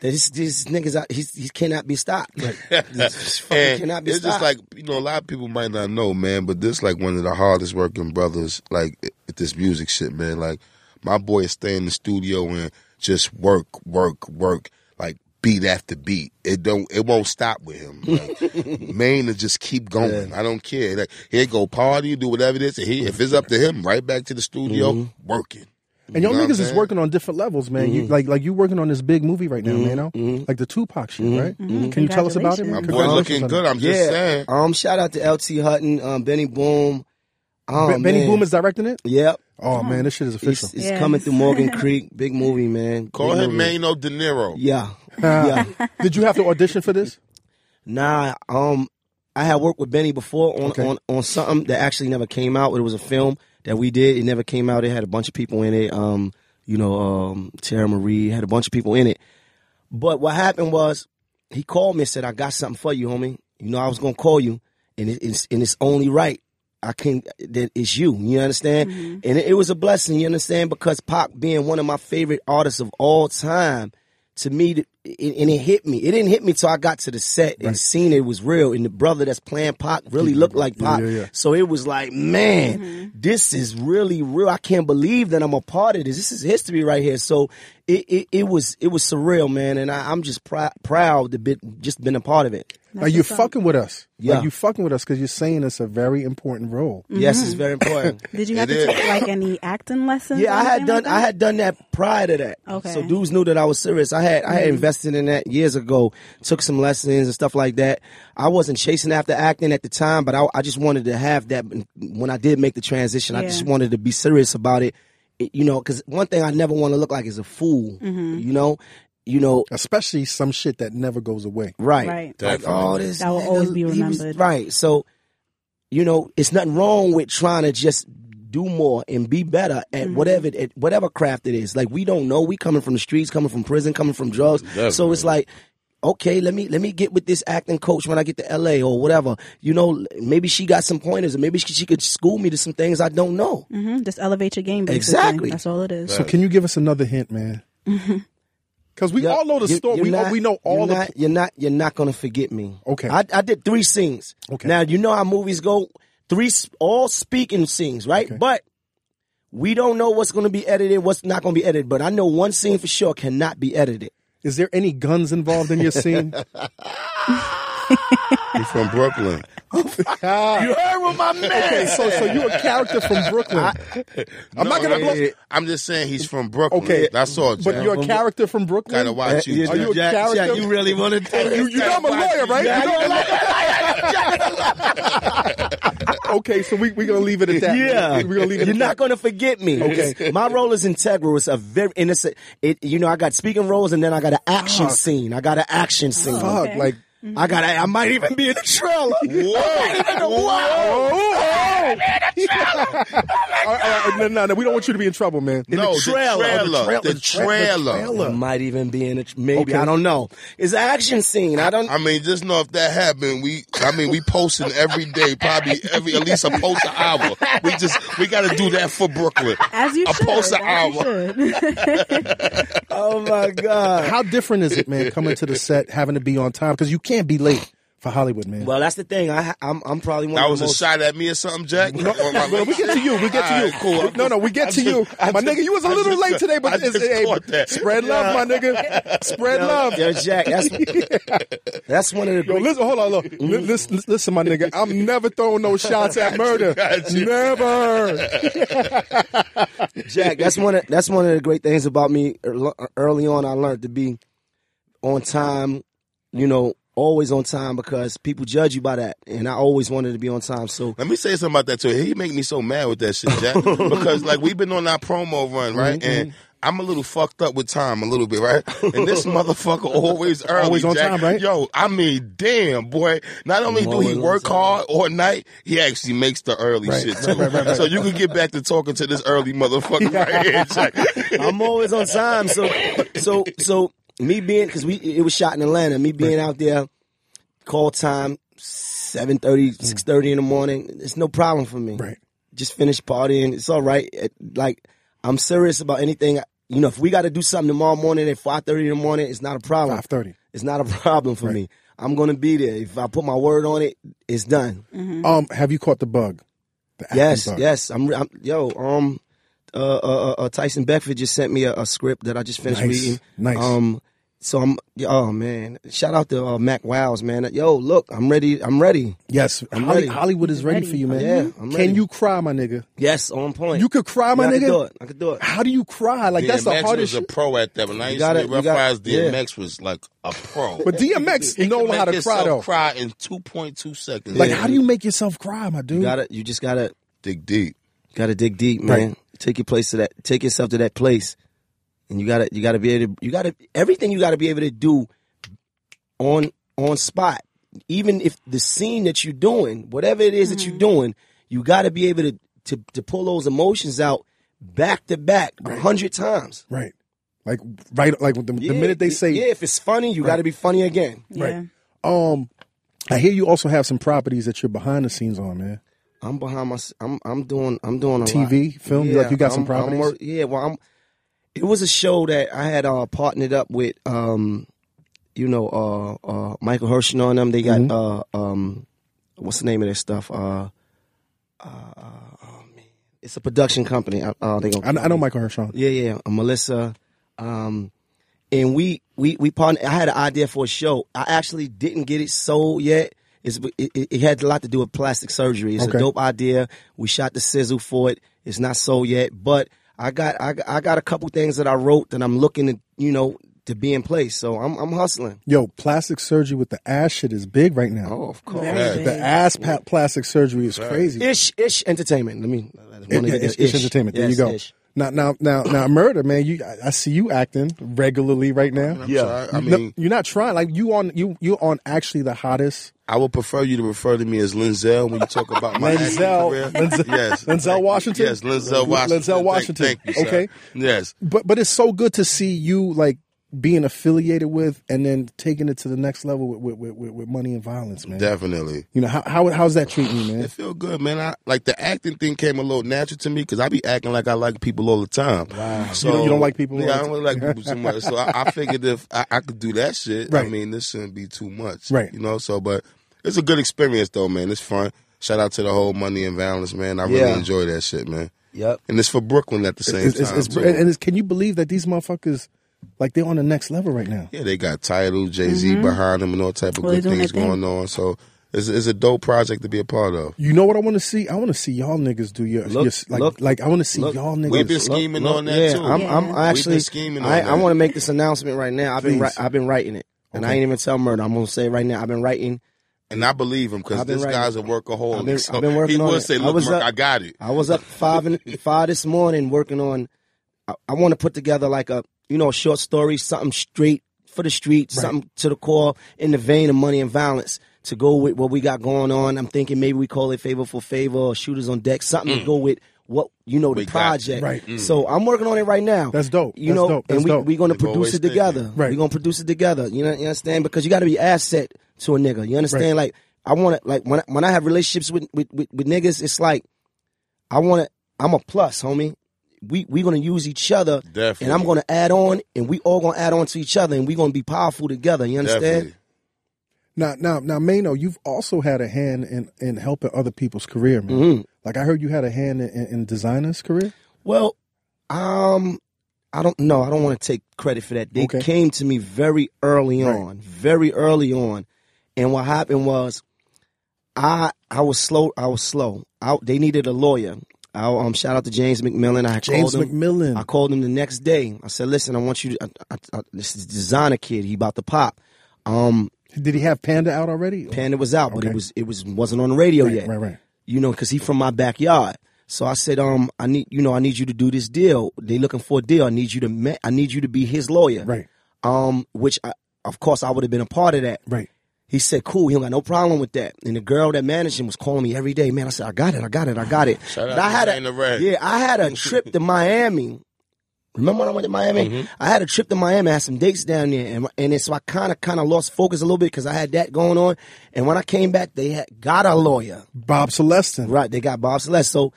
Speaker 6: This, this nigga's out, he's, he cannot be stopped. This fucking
Speaker 2: And
Speaker 6: cannot be
Speaker 2: it's
Speaker 6: stopped.
Speaker 2: just like you know, a lot of people might not know, man. But this like one of the hardest working brothers, like at this music shit, man. Like my boy stay in the studio and just work, work, work, like beat after beat. It don't, it won't stop with him. Like, Main to just keep going. I don't care. Like he'll go party, do whatever it is. And he, if it's up to him, right back to the studio
Speaker 6: Mm-hmm.
Speaker 2: working.
Speaker 1: And y'all
Speaker 2: know
Speaker 1: niggas
Speaker 2: what I'm
Speaker 1: is
Speaker 2: saying? Mm-hmm.
Speaker 1: working on different levels, man. You like like you working on this big movie right now, man. no? Like the Tupac shit, right? Can you tell us about it?
Speaker 5: Congratulations.
Speaker 1: man?
Speaker 5: My
Speaker 2: Boy,
Speaker 1: Congratulations
Speaker 2: Mm-hmm. looking
Speaker 1: on it.
Speaker 2: good. I'm just saying.
Speaker 6: Um, shout out to LT Hutton, um, Benny Boom. Oh,
Speaker 1: Ben- Benny
Speaker 6: man.
Speaker 1: Boom is directing it.
Speaker 6: Yep.
Speaker 1: Oh man, this shit is
Speaker 6: It's,
Speaker 1: official.
Speaker 6: it's
Speaker 5: Yes.
Speaker 6: coming through Morgan Creek. Big movie, man.
Speaker 2: Call
Speaker 6: Big
Speaker 2: him
Speaker 6: movie.
Speaker 2: Mano De Niro.
Speaker 6: Yeah. yeah.
Speaker 1: Uh, Did you have to audition for this?
Speaker 6: Nah, um, I had worked with Benny before on,
Speaker 1: Okay.
Speaker 6: on, on something that actually never came out. It was a film that we did. It never came out. It had a bunch of people in it. Um, you know, um, Tara Marie had a bunch of people in it. But what happened was he called me and said, I got something for you, homie. You know, I was going to call you and it, it's, and it's only right. I can that it's you. You understand? And it, it was a blessing. You understand? Because Pac being one of my favorite artists of all time, to me, th- it, and it hit me. It didn't hit me till I got to the set and seen it was real. And the brother that's playing Pac really looked like Pac.
Speaker 1: yeah, yeah.
Speaker 6: So it was like, man, this is really real. I can't believe that I'm a part of this. This is history right here. So it it, it was it was surreal, man. And I, I'm just prou- proud to be just been a part of it.
Speaker 1: Like you fucking with us.
Speaker 6: Yeah.
Speaker 1: Like you fucking with us because you're saying it's a very important role.
Speaker 6: Yes, it's very important.
Speaker 5: Did you have
Speaker 2: It
Speaker 5: to
Speaker 2: is.
Speaker 5: take like any acting lessons?
Speaker 6: Yeah,
Speaker 5: or
Speaker 6: I had
Speaker 5: anything
Speaker 6: done
Speaker 5: like
Speaker 6: I had done that prior to that.
Speaker 5: Okay. Mm-hmm.
Speaker 6: So dudes knew that I was serious. I had I had invested in that years ago. Took some lessons and stuff like that. I wasn't chasing after acting at the time, but I, I just wanted to have that when I did make the transition. I
Speaker 5: Yeah.
Speaker 6: just wanted to be
Speaker 5: Mm-hmm.
Speaker 6: serious about it. It- you know, because one thing I never want to look like is a fool. You know. you know,
Speaker 1: especially some shit that never goes away.
Speaker 6: right.
Speaker 5: right.
Speaker 6: Like all this
Speaker 5: That will
Speaker 6: nigga,
Speaker 5: always be
Speaker 6: he was-
Speaker 5: remembered.
Speaker 6: right. So, you know, it's nothing wrong with trying to just do more and be better at
Speaker 5: Mm-hmm.
Speaker 6: whatever it- at whatever craft it is. Like we don't know. We coming from the streets, coming from prison, coming from drugs. So it's like Okay, let me let me get with this acting coach when I get to LA or whatever. You know, maybe she got some pointers, or maybe she, she could school me to some things I don't know.
Speaker 5: hmm Just elevate your game. Basically.
Speaker 6: Exactly.
Speaker 5: That's all it is.
Speaker 1: So can you give us another hint, man? Because we
Speaker 6: Yeah,
Speaker 1: all know the
Speaker 6: you-
Speaker 1: story.
Speaker 6: you're
Speaker 1: We,
Speaker 6: not-
Speaker 1: we know all
Speaker 6: you're
Speaker 1: the.
Speaker 6: not, you're not. You're not gonna forget me.
Speaker 1: Okay.
Speaker 6: I, I did three scenes.
Speaker 1: Okay.
Speaker 6: Now you know how movies go. Three s- all speaking scenes, right? But we don't know what's gonna be edited, what's not gonna be edited. But I know one scene for sure cannot be edited.
Speaker 1: Is there any guns involved in your scene?
Speaker 2: He from Brooklyn.
Speaker 1: God.
Speaker 6: You heard what my man.
Speaker 1: Okay, so so you a character from Brooklyn. I'm not gonna blow.
Speaker 2: I'm just saying he's from Brooklyn.
Speaker 1: Okay.
Speaker 2: that's all. Jam.
Speaker 1: But you're a character from Brooklyn.
Speaker 2: gotta watch you.
Speaker 1: Are you a character?
Speaker 6: you really want to take
Speaker 1: You, you know I'm a lawyer, right? You know I'm a- okay, so we we gonna leave it at that.
Speaker 6: Yeah,
Speaker 1: we gonna leave it.
Speaker 6: you're
Speaker 1: at
Speaker 6: not
Speaker 1: that.
Speaker 6: gonna forget me. Okay, my role is integral. It's a very innocent. It, you know, I got speaking roles, and then I got an action scene. I got an action scene.
Speaker 1: Fuck,
Speaker 5: Okay.
Speaker 1: like
Speaker 6: I got. I might even be in the trailer.
Speaker 1: Oh,
Speaker 2: Oh,
Speaker 1: all right, all right, no, no, no, we don't want you to be in trouble, man.
Speaker 2: no, the
Speaker 6: trailer.
Speaker 2: trailer. Oh, The trailer.
Speaker 6: It might even be in a maybe.
Speaker 1: Okay.
Speaker 6: I don't know. It's an action scene. I don't.
Speaker 2: I mean, just know if that happened, we. I mean, we posting every day, probably every at least a post an hour. We just we got to do that for Brooklyn.
Speaker 5: As you
Speaker 2: a
Speaker 5: should.
Speaker 2: post an
Speaker 5: as you
Speaker 2: hour.
Speaker 5: should.
Speaker 6: oh my god.
Speaker 1: How different is it, man, coming to the set, having to be on time? Because you can't be late for Hollywood, man.
Speaker 6: Well, that's the thing. I, I'm I'm probably one.
Speaker 2: That
Speaker 6: of
Speaker 2: was
Speaker 6: the
Speaker 2: a
Speaker 6: most,
Speaker 2: shot at me or something, Jack.
Speaker 1: No, well, we get to you. We get to you.
Speaker 2: All right, cool.
Speaker 1: No, no, we get to you. my nigga, you was a
Speaker 2: I
Speaker 1: little
Speaker 2: just-
Speaker 1: late today, but
Speaker 2: I
Speaker 1: it's,
Speaker 2: just
Speaker 1: hey,
Speaker 2: caught that.
Speaker 1: spread love, my nigga. Spread love.
Speaker 6: Yo, Jack. That's that's one of the.
Speaker 1: Yo,
Speaker 6: great-
Speaker 1: listen, hold on, look.
Speaker 2: Mm-hmm.
Speaker 1: Li- Listen, listen, my nigga. I'm never throwing no shots at murder.
Speaker 2: got you.
Speaker 1: Never.
Speaker 6: Jack, that's one of that's one of the great things about me. Earl- Early on, I learned to be on time. You know, always on time because people judge you by that, and I always wanted to be on time. So
Speaker 2: Let me say something about that too. He make me so mad with that shit, Jack. because like we've been on our promo run, right?
Speaker 1: Mm-hmm.
Speaker 2: And I'm a little fucked up with time a little bit, right? And this motherfucker always early.
Speaker 1: Always on
Speaker 2: Jack.
Speaker 1: time, right?
Speaker 2: Yo, I mean, damn, boy. Not only do he
Speaker 6: Always on
Speaker 2: work
Speaker 6: time.
Speaker 2: hard all night, he actually makes the early shit too. So you can get back to talking to this early motherfucker right here, Jack.
Speaker 6: I'm always on time. So, so, so me being because we it was shot in Atlanta. Me being out there, call time 7.30, 6.30 in the morning. It's no problem for me.
Speaker 1: Right.
Speaker 6: Just finish partying. It's all right. It- like I'm serious about anything. You know, if we got to do something tomorrow morning at 5.30 in the morning, it's not a problem.
Speaker 1: 530.
Speaker 6: It's not a problem for me. I'm gonna be there. If I put my word on it, it's done.
Speaker 2: Mm-hmm.
Speaker 1: Um, have you caught the bug? The acting
Speaker 6: Yes,
Speaker 1: bug.
Speaker 6: yes. I'm, I'm yo. Um, uh, uh, uh, Tyson Beckford just sent me a, a script that I just finished
Speaker 1: Nice,
Speaker 6: reading.
Speaker 1: nice.
Speaker 6: Um, so I'm. Oh man, shout out to uh, Mac Wiles, man. Yo, look, I'm ready. I'm ready.
Speaker 1: Yes.
Speaker 6: I'm
Speaker 1: Holly-
Speaker 6: ready.
Speaker 1: Hollywood is ready,
Speaker 5: ready.
Speaker 1: for you, man.
Speaker 6: Yeah, I'm ready.
Speaker 1: Can you cry, my nigga?
Speaker 6: Yes, on point.
Speaker 1: You could cry, my
Speaker 6: Yeah, I
Speaker 1: nigga? Ah,
Speaker 6: could do it. I could do it.
Speaker 1: How do you cry? Like, that's the
Speaker 2: DMX
Speaker 1: hardest
Speaker 2: was a
Speaker 1: shit.
Speaker 2: pro at that. When I used
Speaker 6: gotta-
Speaker 2: to
Speaker 6: you
Speaker 2: realize
Speaker 6: gotta- yeah.
Speaker 2: DMX was like a pro.
Speaker 1: But DMX
Speaker 2: He
Speaker 1: know
Speaker 2: could
Speaker 1: how
Speaker 2: make
Speaker 1: to cry,
Speaker 2: himself
Speaker 1: though.
Speaker 2: Cry in two point two seconds.
Speaker 1: Like, how do you make yourself cry, my dude?
Speaker 6: You gotta. You just gotta.
Speaker 2: dig deep?
Speaker 6: Gotta dig deep, man. Take your place to that. Take yourself to that place, and you gotta. You gotta be able to. You gotta. Everything you gotta be able to do on on spot. Even if the scene that you're doing, whatever it is that you're
Speaker 1: Mm-hmm.
Speaker 6: doing, you gotta be able to to, to pull those emotions out back to back a hundred times.
Speaker 1: Right. Like, right, like the, the
Speaker 6: Yeah,
Speaker 1: minute they say,
Speaker 6: yeah, if it's funny, you gotta be funny again.
Speaker 5: Yeah.
Speaker 1: um, I hear you also have some properties that you're behind the scenes on, man.
Speaker 6: I'm behind my. s- I'm I'm doing. I'm doing a
Speaker 1: TV,
Speaker 6: lot.
Speaker 1: film? Like, you got some
Speaker 6: I'm- I'm
Speaker 1: properties?
Speaker 6: work- yeah. Well, I'm. It was a show that I had uh, partnered up with. Um, you know, uh, uh, Michael Hirschner on them. They got
Speaker 1: Mm-hmm.
Speaker 6: uh, um, what's the name of their stuff? Uh, uh, uh, oh, man. It's a production company. Uh, uh, they
Speaker 1: I,
Speaker 6: gonna,
Speaker 1: kn- I know Michael Hershon.
Speaker 6: yeah, yeah. uh, Melissa, um, and we we we partner. I had an idea for a show. I actually didn't get it sold yet. It's, it, it it had a lot to do with plastic surgery. It's
Speaker 1: Okay.
Speaker 6: a dope idea. We shot the sizzle for it. It's not sold yet, but I got I, got- I got a couple things that I wrote that I'm looking to you know to be in place. So I'm I'm hustling.
Speaker 1: Yo, plastic surgery with the ass shit is big right now.
Speaker 6: Oh, of course.
Speaker 5: Very
Speaker 1: The
Speaker 5: big.
Speaker 1: ass pa- plastic surgery is crazy.
Speaker 6: Ish Ish Entertainment. Let me. I wanna
Speaker 1: Yeah,
Speaker 6: get
Speaker 1: Ish,
Speaker 6: that
Speaker 1: Ish Entertainment. There
Speaker 6: Yes,
Speaker 1: you go.
Speaker 6: Ish.
Speaker 1: Now, now, now, now, murder, man. You, I, I see you acting regularly right now.
Speaker 2: I'm
Speaker 7: Yeah.
Speaker 2: sorry. I
Speaker 1: No,
Speaker 2: mean,
Speaker 1: you're not trying. Like you on you you on actually the hottest.
Speaker 2: I would prefer you to refer to me as Linzel when you talk about my acting
Speaker 1: Linzel.
Speaker 2: career.
Speaker 1: Linzel-
Speaker 2: yes,
Speaker 1: Linzel Washington?
Speaker 2: Yes, Linzel Washington.
Speaker 1: Linzel
Speaker 2: Thank-
Speaker 1: Washington.
Speaker 2: Thank, you, sir.
Speaker 1: Okay.
Speaker 2: Yes.
Speaker 1: But but it's so good to see you like being affiliated with and then taking it to the next level with with, with, with money and violence, man.
Speaker 2: Definitely.
Speaker 1: You know how how how's that treating you, man?
Speaker 2: It feel good, man. I like the acting thing came a little natural to me because I be acting like I like people all the time. Wow. So
Speaker 1: You don't- you don't like people
Speaker 2: Yeah, I
Speaker 1: all the
Speaker 2: don't really like people too much. So I, I figured if I, I could do that shit, I
Speaker 1: Right.
Speaker 2: mean, this shouldn't be too much,
Speaker 1: Right.
Speaker 2: You know. So, but it's a good experience though, man. It's fun. Shout out to the whole money and balance, man. I really
Speaker 7: Yeah.
Speaker 2: enjoy that shit, man.
Speaker 7: Yep.
Speaker 2: And it's for Brooklyn at the same
Speaker 1: It's- it's-
Speaker 2: time.
Speaker 1: it's-
Speaker 2: too.
Speaker 1: and and it's, can you believe that these motherfuckers like they're on the next level right now?
Speaker 2: Yeah, they got title, Jay Z behind them, and all type of
Speaker 5: Well,
Speaker 2: good
Speaker 5: they're Mm-hmm. doing
Speaker 2: things
Speaker 5: their thing.
Speaker 2: going on. So it's, it's a dope project to be a part of.
Speaker 1: You know what I want to see? I want to see y'all niggas do your,
Speaker 7: Look,
Speaker 1: your like
Speaker 7: look,
Speaker 1: like I want to see
Speaker 7: look,
Speaker 1: y'all niggas.
Speaker 2: We've been scheming on that
Speaker 6: yeah,
Speaker 2: too.
Speaker 6: I'm, I'm
Speaker 5: We've
Speaker 2: been
Speaker 6: actually
Speaker 2: scheming on
Speaker 6: I, I
Speaker 2: that.
Speaker 6: want to make this announcement right now. I've been
Speaker 1: Please.
Speaker 6: ri- I've been writing it, and I ain't even tell murder. I'm gonna say it right now. I've been writing.
Speaker 2: and I believe him because
Speaker 6: I've been
Speaker 2: this
Speaker 6: writing-
Speaker 2: guy's a workaholic.
Speaker 6: I've been-
Speaker 2: so
Speaker 6: I've been working
Speaker 2: he
Speaker 6: on
Speaker 2: will
Speaker 6: it.
Speaker 2: say,
Speaker 6: I
Speaker 2: "Look,
Speaker 6: was
Speaker 2: Merk,
Speaker 6: up-
Speaker 2: I got it."
Speaker 6: I was up five and five this morning working on. I, I want to put together like a you know a short story, something straight for the street, something to the core in the vein of money and violence to go with what we got going on. I'm thinking maybe we call it favor for favor or shooters on deck, something to go with what Mm. you know the
Speaker 2: We got you.
Speaker 6: project. Mm.
Speaker 1: Right.
Speaker 6: So I'm working on it right now.
Speaker 1: That's dope.
Speaker 6: You
Speaker 1: That's
Speaker 6: know,
Speaker 1: dope.
Speaker 6: and
Speaker 1: That's
Speaker 6: we
Speaker 1: dope.
Speaker 6: we gonna
Speaker 2: They've
Speaker 6: produce
Speaker 2: always
Speaker 6: it together.
Speaker 2: thinking.
Speaker 1: Right.
Speaker 6: We're gonna produce it together. You know, you understand? Because you gotta be asset to a nigga. You understand? Like I wanna like when I, when I have relationships with, with, with, with niggas, it's like I want to. I'm a plus, homie. We we gonna use each other,
Speaker 2: Definitely.
Speaker 6: and I'm gonna add on, and we all gonna add on to each other, and we gonna be powerful together. You understand?
Speaker 2: Definitely.
Speaker 1: Now, now, now, Mano, you've also had a hand in, in helping other people's career,
Speaker 6: Mm-hmm.
Speaker 1: man. Like I heard you had a hand in, in, in designers' career.
Speaker 6: Well, um, I don't know. I don't want to take credit for that. They
Speaker 1: Okay.
Speaker 6: came to me very early
Speaker 1: Right.
Speaker 6: on, very early on, and what happened was, I I was slow. I was slow. I, they needed a lawyer. I um shout out to James McMillan. I
Speaker 1: James
Speaker 6: called him.
Speaker 1: McMillan.
Speaker 6: I called him the next day. I said, "Listen, I want you. To, I, I, I, this is designer kid. He about to pop. Um,
Speaker 1: Did he have Panda out already?
Speaker 6: Panda was out, but
Speaker 1: Okay.
Speaker 6: it was it was wasn't on the radio
Speaker 1: right,
Speaker 6: yet.
Speaker 1: right, right.
Speaker 6: You know, because he from my backyard. So I said, um, I need you know, I need you to do this deal. They looking for a deal. I need you to ma- I need you to be his lawyer.
Speaker 1: Right.
Speaker 6: Um, which I, of course I would have been a part of that.
Speaker 1: Right.
Speaker 6: He said, "Cool, he don't got no problem with that." And the girl that managed him was calling me every day. Man, I said, "I got it, I got it, I got it."
Speaker 2: Shout out
Speaker 6: But I
Speaker 2: to
Speaker 6: had
Speaker 2: Raina
Speaker 6: a
Speaker 2: Ray.
Speaker 6: yeah, I had a trip to Miami. Remember when I went to Miami?
Speaker 2: Mm-hmm.
Speaker 6: I had a trip to Miami. I had some dates down there, and and then, so I kind of kind of lost focus a little bit because I had that going on. And when I came back, they had got a lawyer.
Speaker 1: Bob Celestin.
Speaker 6: Right, they got Bob Celeste. So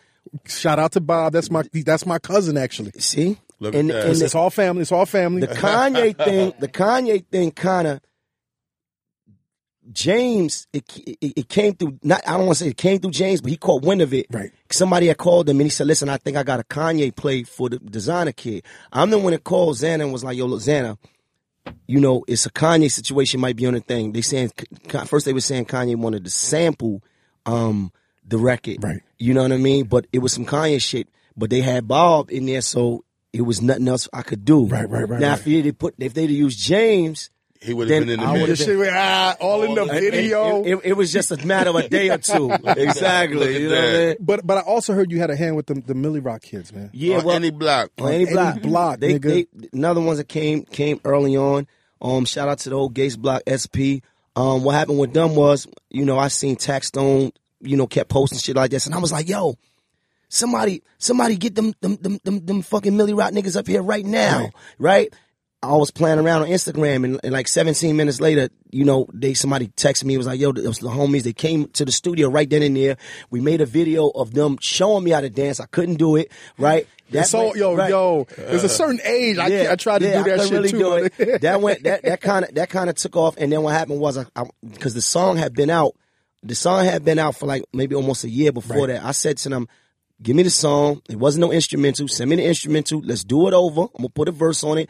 Speaker 1: Shout out to Bob. That's my that's my cousin actually.
Speaker 6: see,
Speaker 2: Look
Speaker 6: and,
Speaker 2: at that.
Speaker 6: and
Speaker 1: It's, it's all family. It's all family.
Speaker 6: the Kanye thing, the Kanye thing, kind of James. It, it it came through. Not I don't want to say it came through James, but he caught wind of it.
Speaker 1: Right.
Speaker 6: Somebody had called him and he said, "Listen, I think I got a Kanye play for the designer kid." I'm the one that called Xana and was like, "Yo, look, Xana." You know, it's a Kanye situation. Might be on the thing. They saying Ka- first they were saying Kanye wanted to sample um, the record,
Speaker 1: Right.
Speaker 6: You know what I mean? But it was some Kanye shit. But they had Bob in there, so it was nothing else I could do.
Speaker 1: Right, right, right,
Speaker 6: Now
Speaker 1: right.
Speaker 6: if they had put if they'd have used James,
Speaker 2: He would have
Speaker 6: Then
Speaker 2: been in the
Speaker 6: I
Speaker 2: mix.
Speaker 6: would've
Speaker 1: This shit, we- ah, all in the
Speaker 6: it,
Speaker 1: video.
Speaker 6: it- it- it was just a matter of a day or two.
Speaker 2: Look
Speaker 6: exactly.
Speaker 2: at
Speaker 6: You know what I
Speaker 2: that.
Speaker 6: mean?
Speaker 1: but but I also heard you had a hand with the the Millie Rock kids, man.
Speaker 6: Yeah,
Speaker 2: on
Speaker 6: well,
Speaker 2: any block.
Speaker 6: on any
Speaker 1: any
Speaker 6: block,
Speaker 1: block,
Speaker 6: They,
Speaker 1: nigga.
Speaker 6: they- another ones that came came early on. Um, shout out to the old Gates Block SP. Um, what happened with them was, you know, I seen Tax Stone, you know, kept posting shit like this, and I was like, yo, somebody, somebody get them them them them, them fucking Millie Rock niggas up here right now, right? I was playing around on Instagram, and, and like 17 minutes later, you know, they somebody texted me. It was like, "Yo, those the homies. They came to the studio right then and there. We made a video of them showing me how to dance. I couldn't do it, right? That
Speaker 1: So
Speaker 6: went-
Speaker 1: yo
Speaker 6: right. Uh,
Speaker 1: yo, there's a certain age. I can't, I tried to
Speaker 6: yeah,
Speaker 1: do that
Speaker 6: couldn't
Speaker 1: shit
Speaker 6: really
Speaker 1: too.
Speaker 6: do it.
Speaker 1: but-
Speaker 6: that went that that kind of that kind of took off, and then what happened was, because the song had been out, the song had been out for like maybe almost a year before that. I said to them, "Give me the song. It wasn't no instrumental. Send me the instrumental. Let's do it over. I'm gonna put a verse on it."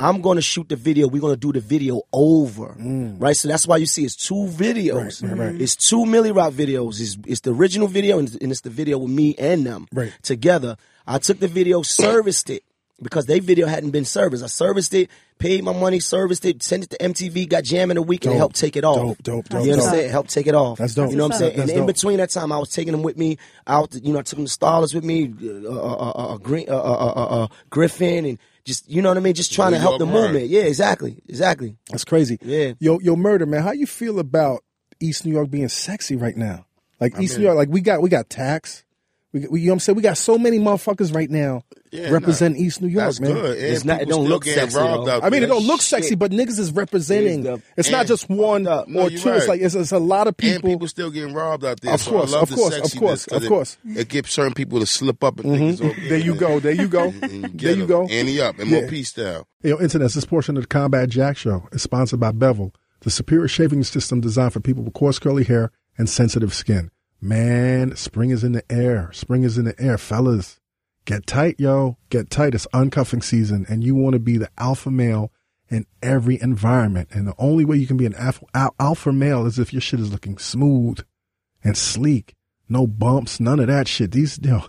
Speaker 6: I'm gonna shoot the video. We're gonna do the video over,
Speaker 1: Mm.
Speaker 6: right? So that's why you see it's two videos. It's two Millie Rock videos. It's, it's the original video and, and it's the video with me and them
Speaker 1: Right.
Speaker 6: together. I took the video, serviced it, because their video hadn't been serviced. I serviced it, paid my money, serviced it, sent it to MTV, got jam in a week, and
Speaker 1: Dope.
Speaker 6: they helped take it off.
Speaker 1: Dope, dope, dope,
Speaker 6: You know what
Speaker 1: dope.
Speaker 6: I'm saying? Helped take it off.
Speaker 1: That's dope.
Speaker 6: You know what I'm
Speaker 1: That's
Speaker 6: saying?
Speaker 1: dope.
Speaker 6: And
Speaker 1: That's dope.
Speaker 6: in between that time, I was taking them with me out. to- You know, I took them to Starlers with me, uh, uh, uh, uh, Green, uh, uh, uh, uh, Griffin, and just you know what I mean. Just trying to
Speaker 2: New York
Speaker 6: help the
Speaker 2: Grind.
Speaker 6: movement. Yeah, exactly, exactly.
Speaker 1: That's crazy.
Speaker 6: Yeah.
Speaker 1: Yo, yo, murder man. How you feel about East New York being sexy right now? Like East New York, like we got we got tax. We, got- we you know what I'm saying? We got so many motherfuckers right now
Speaker 2: Yeah,
Speaker 1: representing East New York,
Speaker 2: That's
Speaker 1: man.
Speaker 2: good. And
Speaker 6: It's not- it
Speaker 2: people
Speaker 6: don't
Speaker 2: still
Speaker 6: look
Speaker 2: getting
Speaker 6: sexy,
Speaker 2: robbed
Speaker 6: though.
Speaker 2: out
Speaker 1: I mean, it
Speaker 2: there.
Speaker 1: don't look
Speaker 2: Shit.
Speaker 1: sexy, but niggas is representing.
Speaker 6: Is the-
Speaker 1: it's not
Speaker 2: and-
Speaker 1: just one
Speaker 6: No,
Speaker 2: no,
Speaker 1: or
Speaker 2: you're
Speaker 1: two. It's
Speaker 2: right.
Speaker 1: like it's, it's a lot of
Speaker 2: And
Speaker 1: people.
Speaker 2: people still getting robbed out there.
Speaker 1: Of
Speaker 2: so
Speaker 1: course,
Speaker 2: I love
Speaker 1: of
Speaker 2: the
Speaker 1: course, of
Speaker 2: sexiness
Speaker 1: course,
Speaker 2: 'cause
Speaker 1: of course.
Speaker 2: It, it gives certain people to slip up and think it's
Speaker 6: Mm-hmm.
Speaker 2: okay.
Speaker 1: there you go. There you go.
Speaker 2: And
Speaker 1: there
Speaker 2: get
Speaker 1: you
Speaker 2: 'em.
Speaker 1: go.
Speaker 2: Ante up. MOP style.
Speaker 1: Yo, internets, this portion of the Combat Jack Show is sponsored by Bevel, the superior shaving system designed for people with coarse curly hair and sensitive skin. Man, spring is in the air. Spring is in the air, fellas. Get tight, yo. Get tight. It's uncuffing season, and you want to be the alpha male in every environment. And the only way you can be an alpha, al- alpha male is if your shit is looking smooth and sleek. No bumps, none of that shit. These, yo,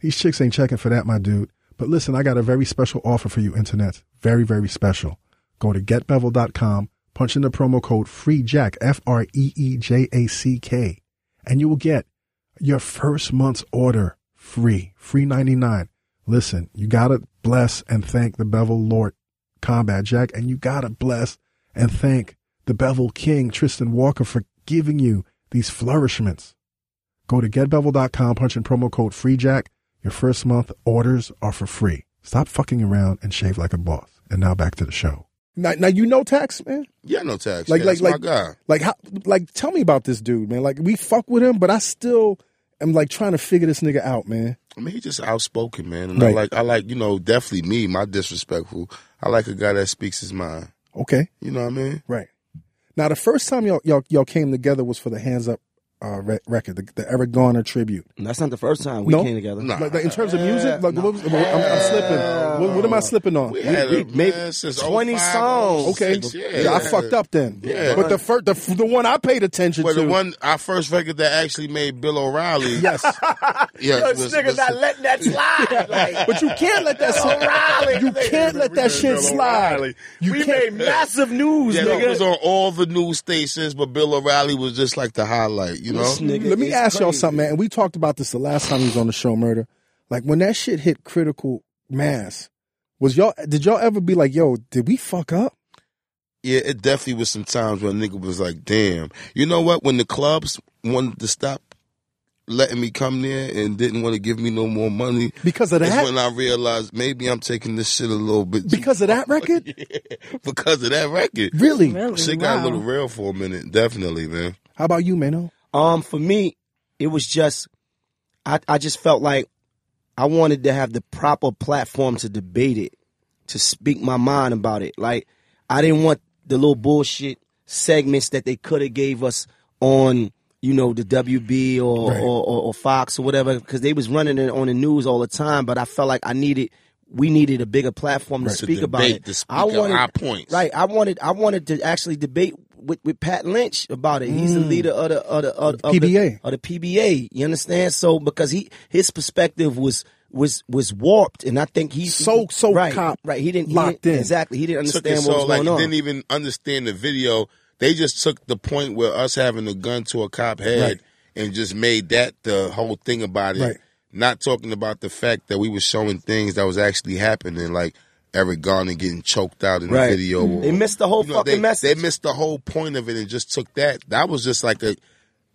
Speaker 1: these chicks ain't checking for that, my dude. But listen, I got a very special offer for you, internet. Very, very special. Go to getbevel.com, punch in the promo code FREEJACK, F R E E J A C K, and you will get your first month's order free, free 99. Listen, you got to bless and thank the Bevel Lord Combat Jack, and you got to bless and thank the Bevel King, Tristan Walker, for giving you these flourishments. Go to getbevel.com, punch in promo code FREEJACK. Your first month orders are for free. Stop fucking around and shave like a boss. And now back to the show. Now, now you know tax, man.
Speaker 2: Yeah, no tax.
Speaker 1: Like, like,
Speaker 2: yeah, that's
Speaker 1: like,
Speaker 2: my guy.
Speaker 1: like, how, like, tell me about this dude, man. Like, we fuck with him, but I still am like trying to figure this nigga out, man.
Speaker 2: I mean, he just outspoken, man. And
Speaker 1: Right.
Speaker 2: I like, I like, you know, definitely me, my disrespectful. I like a guy that speaks his mind.
Speaker 1: Okay,
Speaker 2: You know what I mean?
Speaker 1: right. Now, the first time y'all y'all, y'all came together was for the Hands Up uh, re- record, the, the Eric Garner tribute.
Speaker 6: That's not the first time we
Speaker 1: No?
Speaker 6: came together.
Speaker 2: Nah.
Speaker 1: Like, like, in terms of music, like, what was, I'm, I'm slipping. What, what am I slipping on?
Speaker 2: We, had
Speaker 6: we
Speaker 2: a,
Speaker 6: made
Speaker 2: man, since
Speaker 6: 20
Speaker 2: 05,
Speaker 6: songs.
Speaker 2: 06,
Speaker 1: Okay,
Speaker 2: Yeah,
Speaker 1: yeah, I fucked up then.
Speaker 2: Yeah.
Speaker 1: but the first, the, f- the one I paid attention
Speaker 2: Well,
Speaker 1: to.
Speaker 2: the one our first record that actually made Bill O'Reilly.
Speaker 1: yes,
Speaker 2: yeah,
Speaker 6: Yo,
Speaker 2: was-
Speaker 6: niggas
Speaker 2: was-
Speaker 6: not letting that slide. Like,
Speaker 1: but you can't let that slide. You can't let that shit slide. You
Speaker 6: we made
Speaker 1: can't.
Speaker 6: massive news,
Speaker 2: Yeah, it
Speaker 6: nigga.
Speaker 2: was on all the news stations, but Bill O'Reilly was just like the highlight, you know?
Speaker 6: This nigga
Speaker 1: Let me
Speaker 6: is
Speaker 1: ask y'all
Speaker 6: crazy.
Speaker 1: something, man. And we talked about this the last time he was on the show, Murder. Like when that shit hit critical mass, was y'all? Did y'all ever be like, "Yo, did we fuck up?"
Speaker 2: Yeah, it definitely was some times when nigga was like, damn. You know what? When the clubs wanted to stop letting me come there and didn't want to give me no more money,
Speaker 1: Because of
Speaker 2: that's
Speaker 1: that.
Speaker 2: when I realized maybe I'm taking this shit a little bit too
Speaker 1: Because of that record,
Speaker 2: because of that record.
Speaker 1: really?
Speaker 5: Really?
Speaker 2: Shit got
Speaker 5: Wow.
Speaker 2: a little real for a minute, definitely, man.
Speaker 1: How about you, Mano?
Speaker 6: Um, for me, it was just I I just felt like I wanted to have the proper platform to debate it, to speak my mind about it. Like I didn't want the little bullshit segments that they could have gave us on you know the WB or or, or, or Fox or whatever because they was running it on the news all the time. But I felt like I needed. We needed a bigger platform to
Speaker 2: To
Speaker 6: speak about
Speaker 2: debate,
Speaker 6: it.
Speaker 2: to speak
Speaker 6: I
Speaker 2: out
Speaker 6: wanted
Speaker 2: our points.
Speaker 6: Right. I wanted I wanted to actually debate with, with Pat Lynch about it. He's the
Speaker 2: Mm.
Speaker 6: leader of the of the of, of
Speaker 1: PBA.
Speaker 6: the, of the PBA. You understand? So because he his perspective was was was warped, and I think he
Speaker 1: So- so
Speaker 6: right
Speaker 1: cop
Speaker 6: right. He didn't he
Speaker 1: locked
Speaker 6: didn't-
Speaker 1: in.
Speaker 6: exactly. He didn't understand
Speaker 2: took it
Speaker 6: what
Speaker 2: so
Speaker 6: was
Speaker 2: like
Speaker 6: going on.
Speaker 2: didn't even understand the video. They just took the point where us having a gun to a cop head
Speaker 1: Right.
Speaker 2: and just made that the whole thing about it.
Speaker 1: Right.
Speaker 2: Not talking about the fact that we were showing things that was actually happening, like Eric Garner getting choked out in
Speaker 6: Right. Mm-hmm.
Speaker 2: the video. or-
Speaker 6: They missed the whole
Speaker 2: you know,
Speaker 6: fucking
Speaker 2: they,
Speaker 6: message.
Speaker 2: They missed the whole point of it and just took that. That was just like a,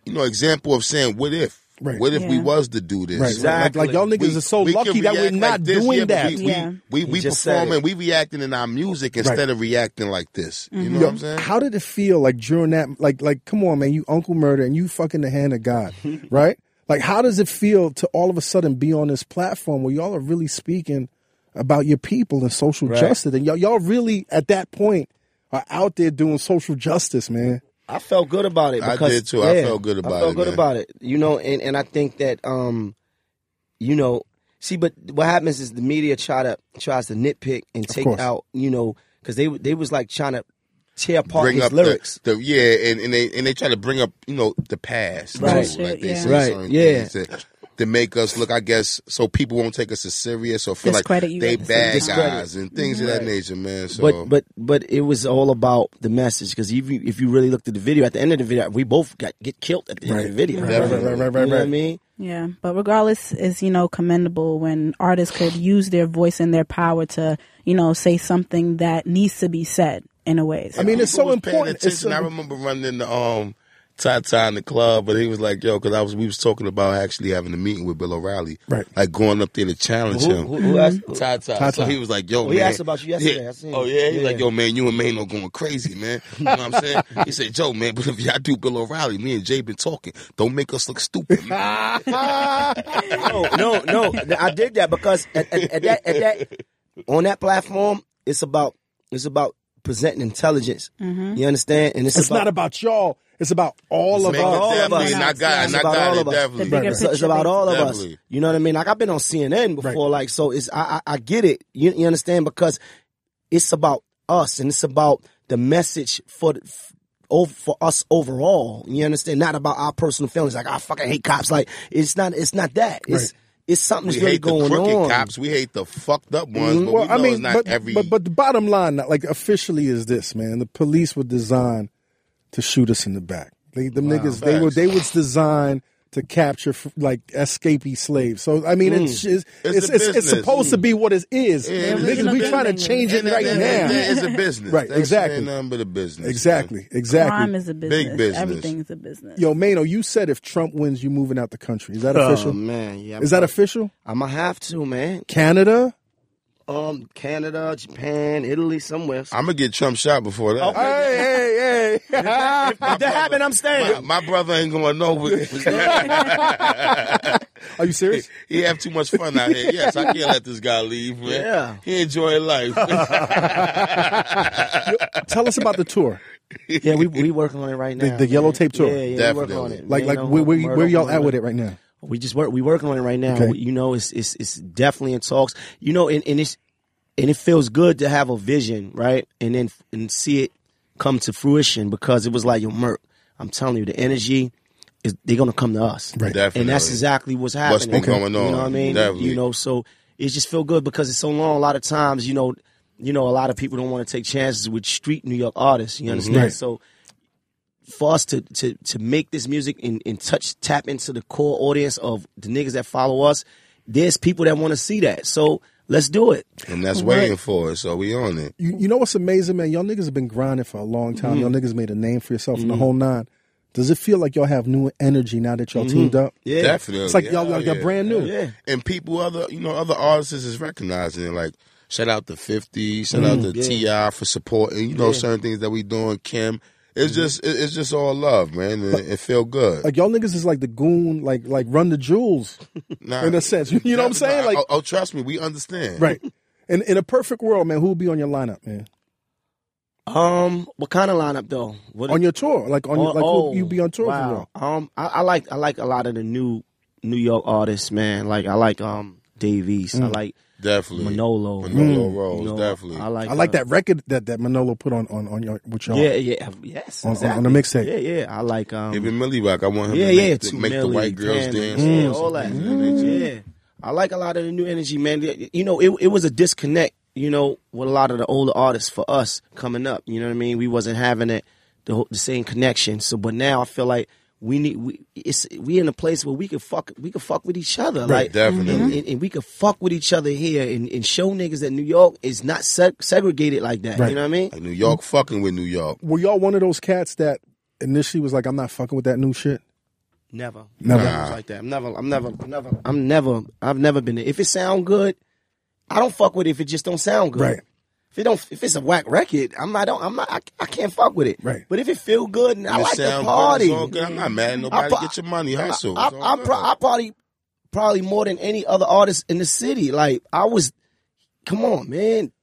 Speaker 2: you know, example of saying, what if?
Speaker 1: Right.
Speaker 2: What if we
Speaker 5: Yeah.
Speaker 2: was to do this?
Speaker 1: Right,
Speaker 6: Exactly.
Speaker 1: Like, like y'all niggas
Speaker 2: We-
Speaker 1: are so
Speaker 2: we can
Speaker 1: lucky that we're
Speaker 2: react
Speaker 1: not
Speaker 2: like this,
Speaker 1: doing
Speaker 2: yeah, but
Speaker 1: that.
Speaker 2: We,
Speaker 5: Yeah.
Speaker 2: we, we, we
Speaker 6: He just said
Speaker 2: perform
Speaker 6: it.
Speaker 2: and we reacting in our music instead of reacting like this. You know what I'm saying?
Speaker 1: How did it feel like during that? Like, like, come on, man, you Uncle Murder and you fucking the hand of God, right? Like, how does it feel to all of a sudden be on this platform where y'all are really speaking about your people and social justice, and y'all, y'all really at that point are out there doing social justice, man.
Speaker 6: I felt good about it.
Speaker 2: I
Speaker 6: Because,
Speaker 2: did too. I felt good about
Speaker 6: I felt
Speaker 2: it,
Speaker 6: good
Speaker 2: man.
Speaker 6: about it. You know, and and I think that um, you know, see, but what happens is the media try to tries to nitpick and take
Speaker 1: course.
Speaker 6: out, you know, because they they was like trying to tear apart
Speaker 2: bring
Speaker 6: his
Speaker 2: up
Speaker 6: lyrics.
Speaker 2: The, the yeah, and, and they and they try to bring up you know the past,
Speaker 6: Right.
Speaker 2: too. Like they
Speaker 5: Yeah.
Speaker 2: say
Speaker 6: Right,
Speaker 2: certain
Speaker 6: yeah.
Speaker 2: things that to make us look, I guess, so people won't take us as serious or feel
Speaker 5: Discredit you
Speaker 2: like they
Speaker 5: at the
Speaker 2: bad
Speaker 5: same
Speaker 6: time.
Speaker 2: guys and things of that nature, man. So
Speaker 6: But but but it was all about the message because if you if you really looked at the video at the end of the video we both got get killed at the end of the video
Speaker 1: Right, right, right, right, right,
Speaker 6: you know what I
Speaker 1: right.
Speaker 6: mean
Speaker 5: Yeah, but regardless, it's you know commendable when artists could use their voice and their power to you know say something that needs to be said in a way. So-
Speaker 1: I mean, it's
Speaker 2: people
Speaker 1: so
Speaker 2: was paying
Speaker 1: important. It's
Speaker 2: attention.
Speaker 1: so-
Speaker 2: I remember running into um, Tata in the club, but he was like, "Yo," because I was we was talking about actually having a meeting with Bill O'Reilly,
Speaker 1: Right.
Speaker 2: Like going up there to challenge
Speaker 6: who,
Speaker 2: him.
Speaker 6: who, who asked,
Speaker 2: Tata. So he was like, "Yo,
Speaker 6: Oh,
Speaker 2: man."
Speaker 6: he asked about you yesterday.
Speaker 2: Yeah.
Speaker 6: I seen
Speaker 2: oh
Speaker 6: it.
Speaker 2: yeah, he's
Speaker 6: Yeah.
Speaker 2: like, "Yo, man, you and Mano going crazy, man." You know what I'm saying? he said, "Yo, man, but if y'all do Bill O'Reilly, me and Jay been talking. Don't make us look stupid." man."
Speaker 6: no, no, no. I did that because at, at, at that, at that, on that platform, it's about it's about presenting intelligence. You understand? And it's,
Speaker 1: It's
Speaker 6: about,
Speaker 1: not about y'all. It's about all of
Speaker 2: Man,
Speaker 1: us.
Speaker 6: all of
Speaker 2: definitely,
Speaker 6: us.
Speaker 2: and I got,
Speaker 6: It's
Speaker 2: and I
Speaker 6: about
Speaker 2: got
Speaker 6: all
Speaker 2: it
Speaker 6: of us.
Speaker 2: definitely.
Speaker 5: The bigger
Speaker 6: it's, it's about
Speaker 5: picture,
Speaker 6: all of us.
Speaker 2: Definitely.
Speaker 6: You know what I mean? Like I've been on CNN before, like so. It's I, I I get it. You you understand because it's about us and it's about the message for. the- f- ov- For us overall, you understand, not about our personal feelings. Like "Ah, I fucking hate cops. Like it's not, it's not that. It's it's something
Speaker 2: We
Speaker 6: that's really
Speaker 2: hate the
Speaker 6: going
Speaker 2: crooked
Speaker 6: on.
Speaker 2: cops. We hate the fucked up
Speaker 1: Mm,
Speaker 2: ones. But we know it's not
Speaker 1: but,
Speaker 2: every.
Speaker 1: but but the bottom line, like officially, is this man: the police were designed to shoot us in the back. They, them niggas, they were
Speaker 2: Facts.
Speaker 1: they was designed to capture f- like escapee slaves. So I mean, it's it's
Speaker 2: Hmm.
Speaker 1: it's,
Speaker 2: It's a
Speaker 1: it's, it's
Speaker 2: business.
Speaker 1: supposed to be what it is.
Speaker 2: Yeah, it is
Speaker 1: niggas,
Speaker 2: a
Speaker 1: we
Speaker 2: business.
Speaker 1: trying to change it
Speaker 2: And
Speaker 1: right
Speaker 2: that-
Speaker 1: now.
Speaker 2: that- It's a business.
Speaker 1: Right,
Speaker 2: That shit
Speaker 1: exactly.
Speaker 2: ain't Nothing but a business.
Speaker 1: Exactly, exactly.
Speaker 5: crime is a business.
Speaker 2: Big business.
Speaker 5: Everything's a business.
Speaker 1: Yo, Mano, you said if Trump wins, you moving out the country. Is that
Speaker 6: Oh
Speaker 1: official?
Speaker 6: man, yeah.
Speaker 1: Is that official?
Speaker 6: I'm gonna have to, man.
Speaker 1: Canada?
Speaker 6: Um, Canada, Japan, Italy, somewhere.
Speaker 2: I'm gonna get Trump shot before that.
Speaker 1: Hey, hey, hey!
Speaker 6: if that happened, I'm
Speaker 2: My,
Speaker 6: staying.
Speaker 2: my brother ain't going nowhere.
Speaker 1: Are you serious?
Speaker 2: he have too much fun out here. Yes, I can't let this guy leave, man.
Speaker 6: Yeah.
Speaker 2: He enjoying life.
Speaker 1: Tell us about the tour,
Speaker 6: yeah, we we working on it right
Speaker 1: the,
Speaker 6: now.
Speaker 1: the yellow tape tour.
Speaker 6: yeah, yeah, we working on
Speaker 2: Definitely.
Speaker 6: it.
Speaker 1: Like,
Speaker 6: Man,
Speaker 1: like
Speaker 6: no,
Speaker 1: where, where,
Speaker 6: Murdo,
Speaker 1: where y'all
Speaker 6: Murdo.
Speaker 1: at with it right now?
Speaker 6: We just work. We working on it right now.
Speaker 1: Okay.
Speaker 6: We- you know, it's it's it's definitely in talks. You know, and, and it's and it feels good to have a vision, right? And then and see it come to fruition because it was like, yo, Merc, I'm telling you, the energy is they're gonna come to us, right?
Speaker 2: Definitely.
Speaker 6: And that's exactly what's happening.
Speaker 2: What's been going
Speaker 6: You
Speaker 2: on.
Speaker 6: know what I mean?
Speaker 2: Definitely.
Speaker 6: You know, so it just feel good because it's so long. A lot of times, you know, you know, a lot of people don't want to take chances with street New York artists. You
Speaker 2: Mm-hmm.
Speaker 6: understand?
Speaker 1: Right.
Speaker 6: So for us to to to make this music and, and touch tap into the core audience of the niggas that follow us, there's people that want to see that. So let's do it.
Speaker 2: and that's waiting for us, so we on it.
Speaker 1: You, you know what's amazing, man? Y'all niggas have been grinding for a long
Speaker 6: Mm-hmm.
Speaker 1: time. Y'all niggas made a name for yourself in the whole nine. Does it feel like y'all have new energy now that y'all teamed up?
Speaker 6: Mm-hmm. Yeah.
Speaker 2: Definitely.
Speaker 1: It's like
Speaker 2: Yeah,
Speaker 1: y'all like
Speaker 2: yeah.
Speaker 1: y'all brand new.
Speaker 6: Yeah.
Speaker 2: and people other you know other artists is recognizing it. like shout out to 50 shout
Speaker 1: Mm,
Speaker 2: out to ti for supporting you know certain things that we doing kim it's just it- it's just all love man and it feel good
Speaker 1: Mm-hmm. Like y'all niggas is like the goon, like like run the jewels
Speaker 2: Nah.
Speaker 1: in a sense. You know what I'm saying? Like
Speaker 2: oh, oh, trust me we understand
Speaker 1: right. In in a perfect world, man, who would be on your lineup, man?
Speaker 6: Um, what kind of lineup though? What
Speaker 2: Oh,
Speaker 1: On your tour, like on your like
Speaker 6: oh,
Speaker 1: who you be on tour for?
Speaker 6: wow.
Speaker 1: y'all?
Speaker 6: Um, I, I like I like a lot of the new New York artists, man. Like I like um Davies.
Speaker 1: Mm.
Speaker 6: I like
Speaker 2: definitely
Speaker 6: Manolo.
Speaker 2: manolo
Speaker 6: Oh, mm, You
Speaker 2: Rose,
Speaker 6: know,
Speaker 2: definitely
Speaker 6: I like
Speaker 1: I like
Speaker 6: uh,
Speaker 1: that record that that Manolo put on on on your with y'all.
Speaker 6: Yeah, yeah, yes.
Speaker 1: On- on-
Speaker 6: exactly.
Speaker 1: on the mixtape.
Speaker 6: Yeah, yeah. I like um.
Speaker 2: even millie rock i want him
Speaker 6: yeah,
Speaker 2: to
Speaker 6: yeah,
Speaker 2: make, the,
Speaker 6: two
Speaker 2: make the
Speaker 6: million,
Speaker 2: white girls
Speaker 6: ten,
Speaker 2: dance
Speaker 6: Yeah, all that.
Speaker 2: Mhm.
Speaker 6: Yeah, I like a lot of the new energy, man. You know, it it was a disconnect, you know, with a lot of the older artists for us coming up. You know what I mean? We wasn't having it the, whole- the same connection. So, but now I feel like we need we it's we in a place where we could fuck we could fuck with each other, like
Speaker 2: definitely.
Speaker 6: and, and- and we could fuck with each other here and, and show niggas that New York is not seg- segregated like that.
Speaker 1: Right.
Speaker 6: You know what I mean?
Speaker 2: Like, new york fucking with new york
Speaker 1: Were y'all one of those cats that initially was like, I'm not fucking with that new shit?
Speaker 6: Never,
Speaker 1: Never.
Speaker 6: I was like that. I'm never, I'm never, I'm never, I'm never, I've never been. If it sound good, I don't fuck with it. If it just don't sound good,
Speaker 1: Right.
Speaker 6: If it don't, if it's a whack record, I'm not, I don't, I'm not, I, I can't fuck with it,
Speaker 1: Right.
Speaker 6: But if it feel good and I
Speaker 2: It
Speaker 6: like the
Speaker 2: sound good,
Speaker 6: party,
Speaker 2: it's all good. i'm not mad at
Speaker 6: I
Speaker 2: nobody
Speaker 6: pro-
Speaker 2: get your money hustle
Speaker 6: I,
Speaker 2: It's
Speaker 6: I,
Speaker 2: all
Speaker 6: I, pro-
Speaker 2: good.
Speaker 6: I probably, probably more than any other artist in the city. Like I was, come on, man.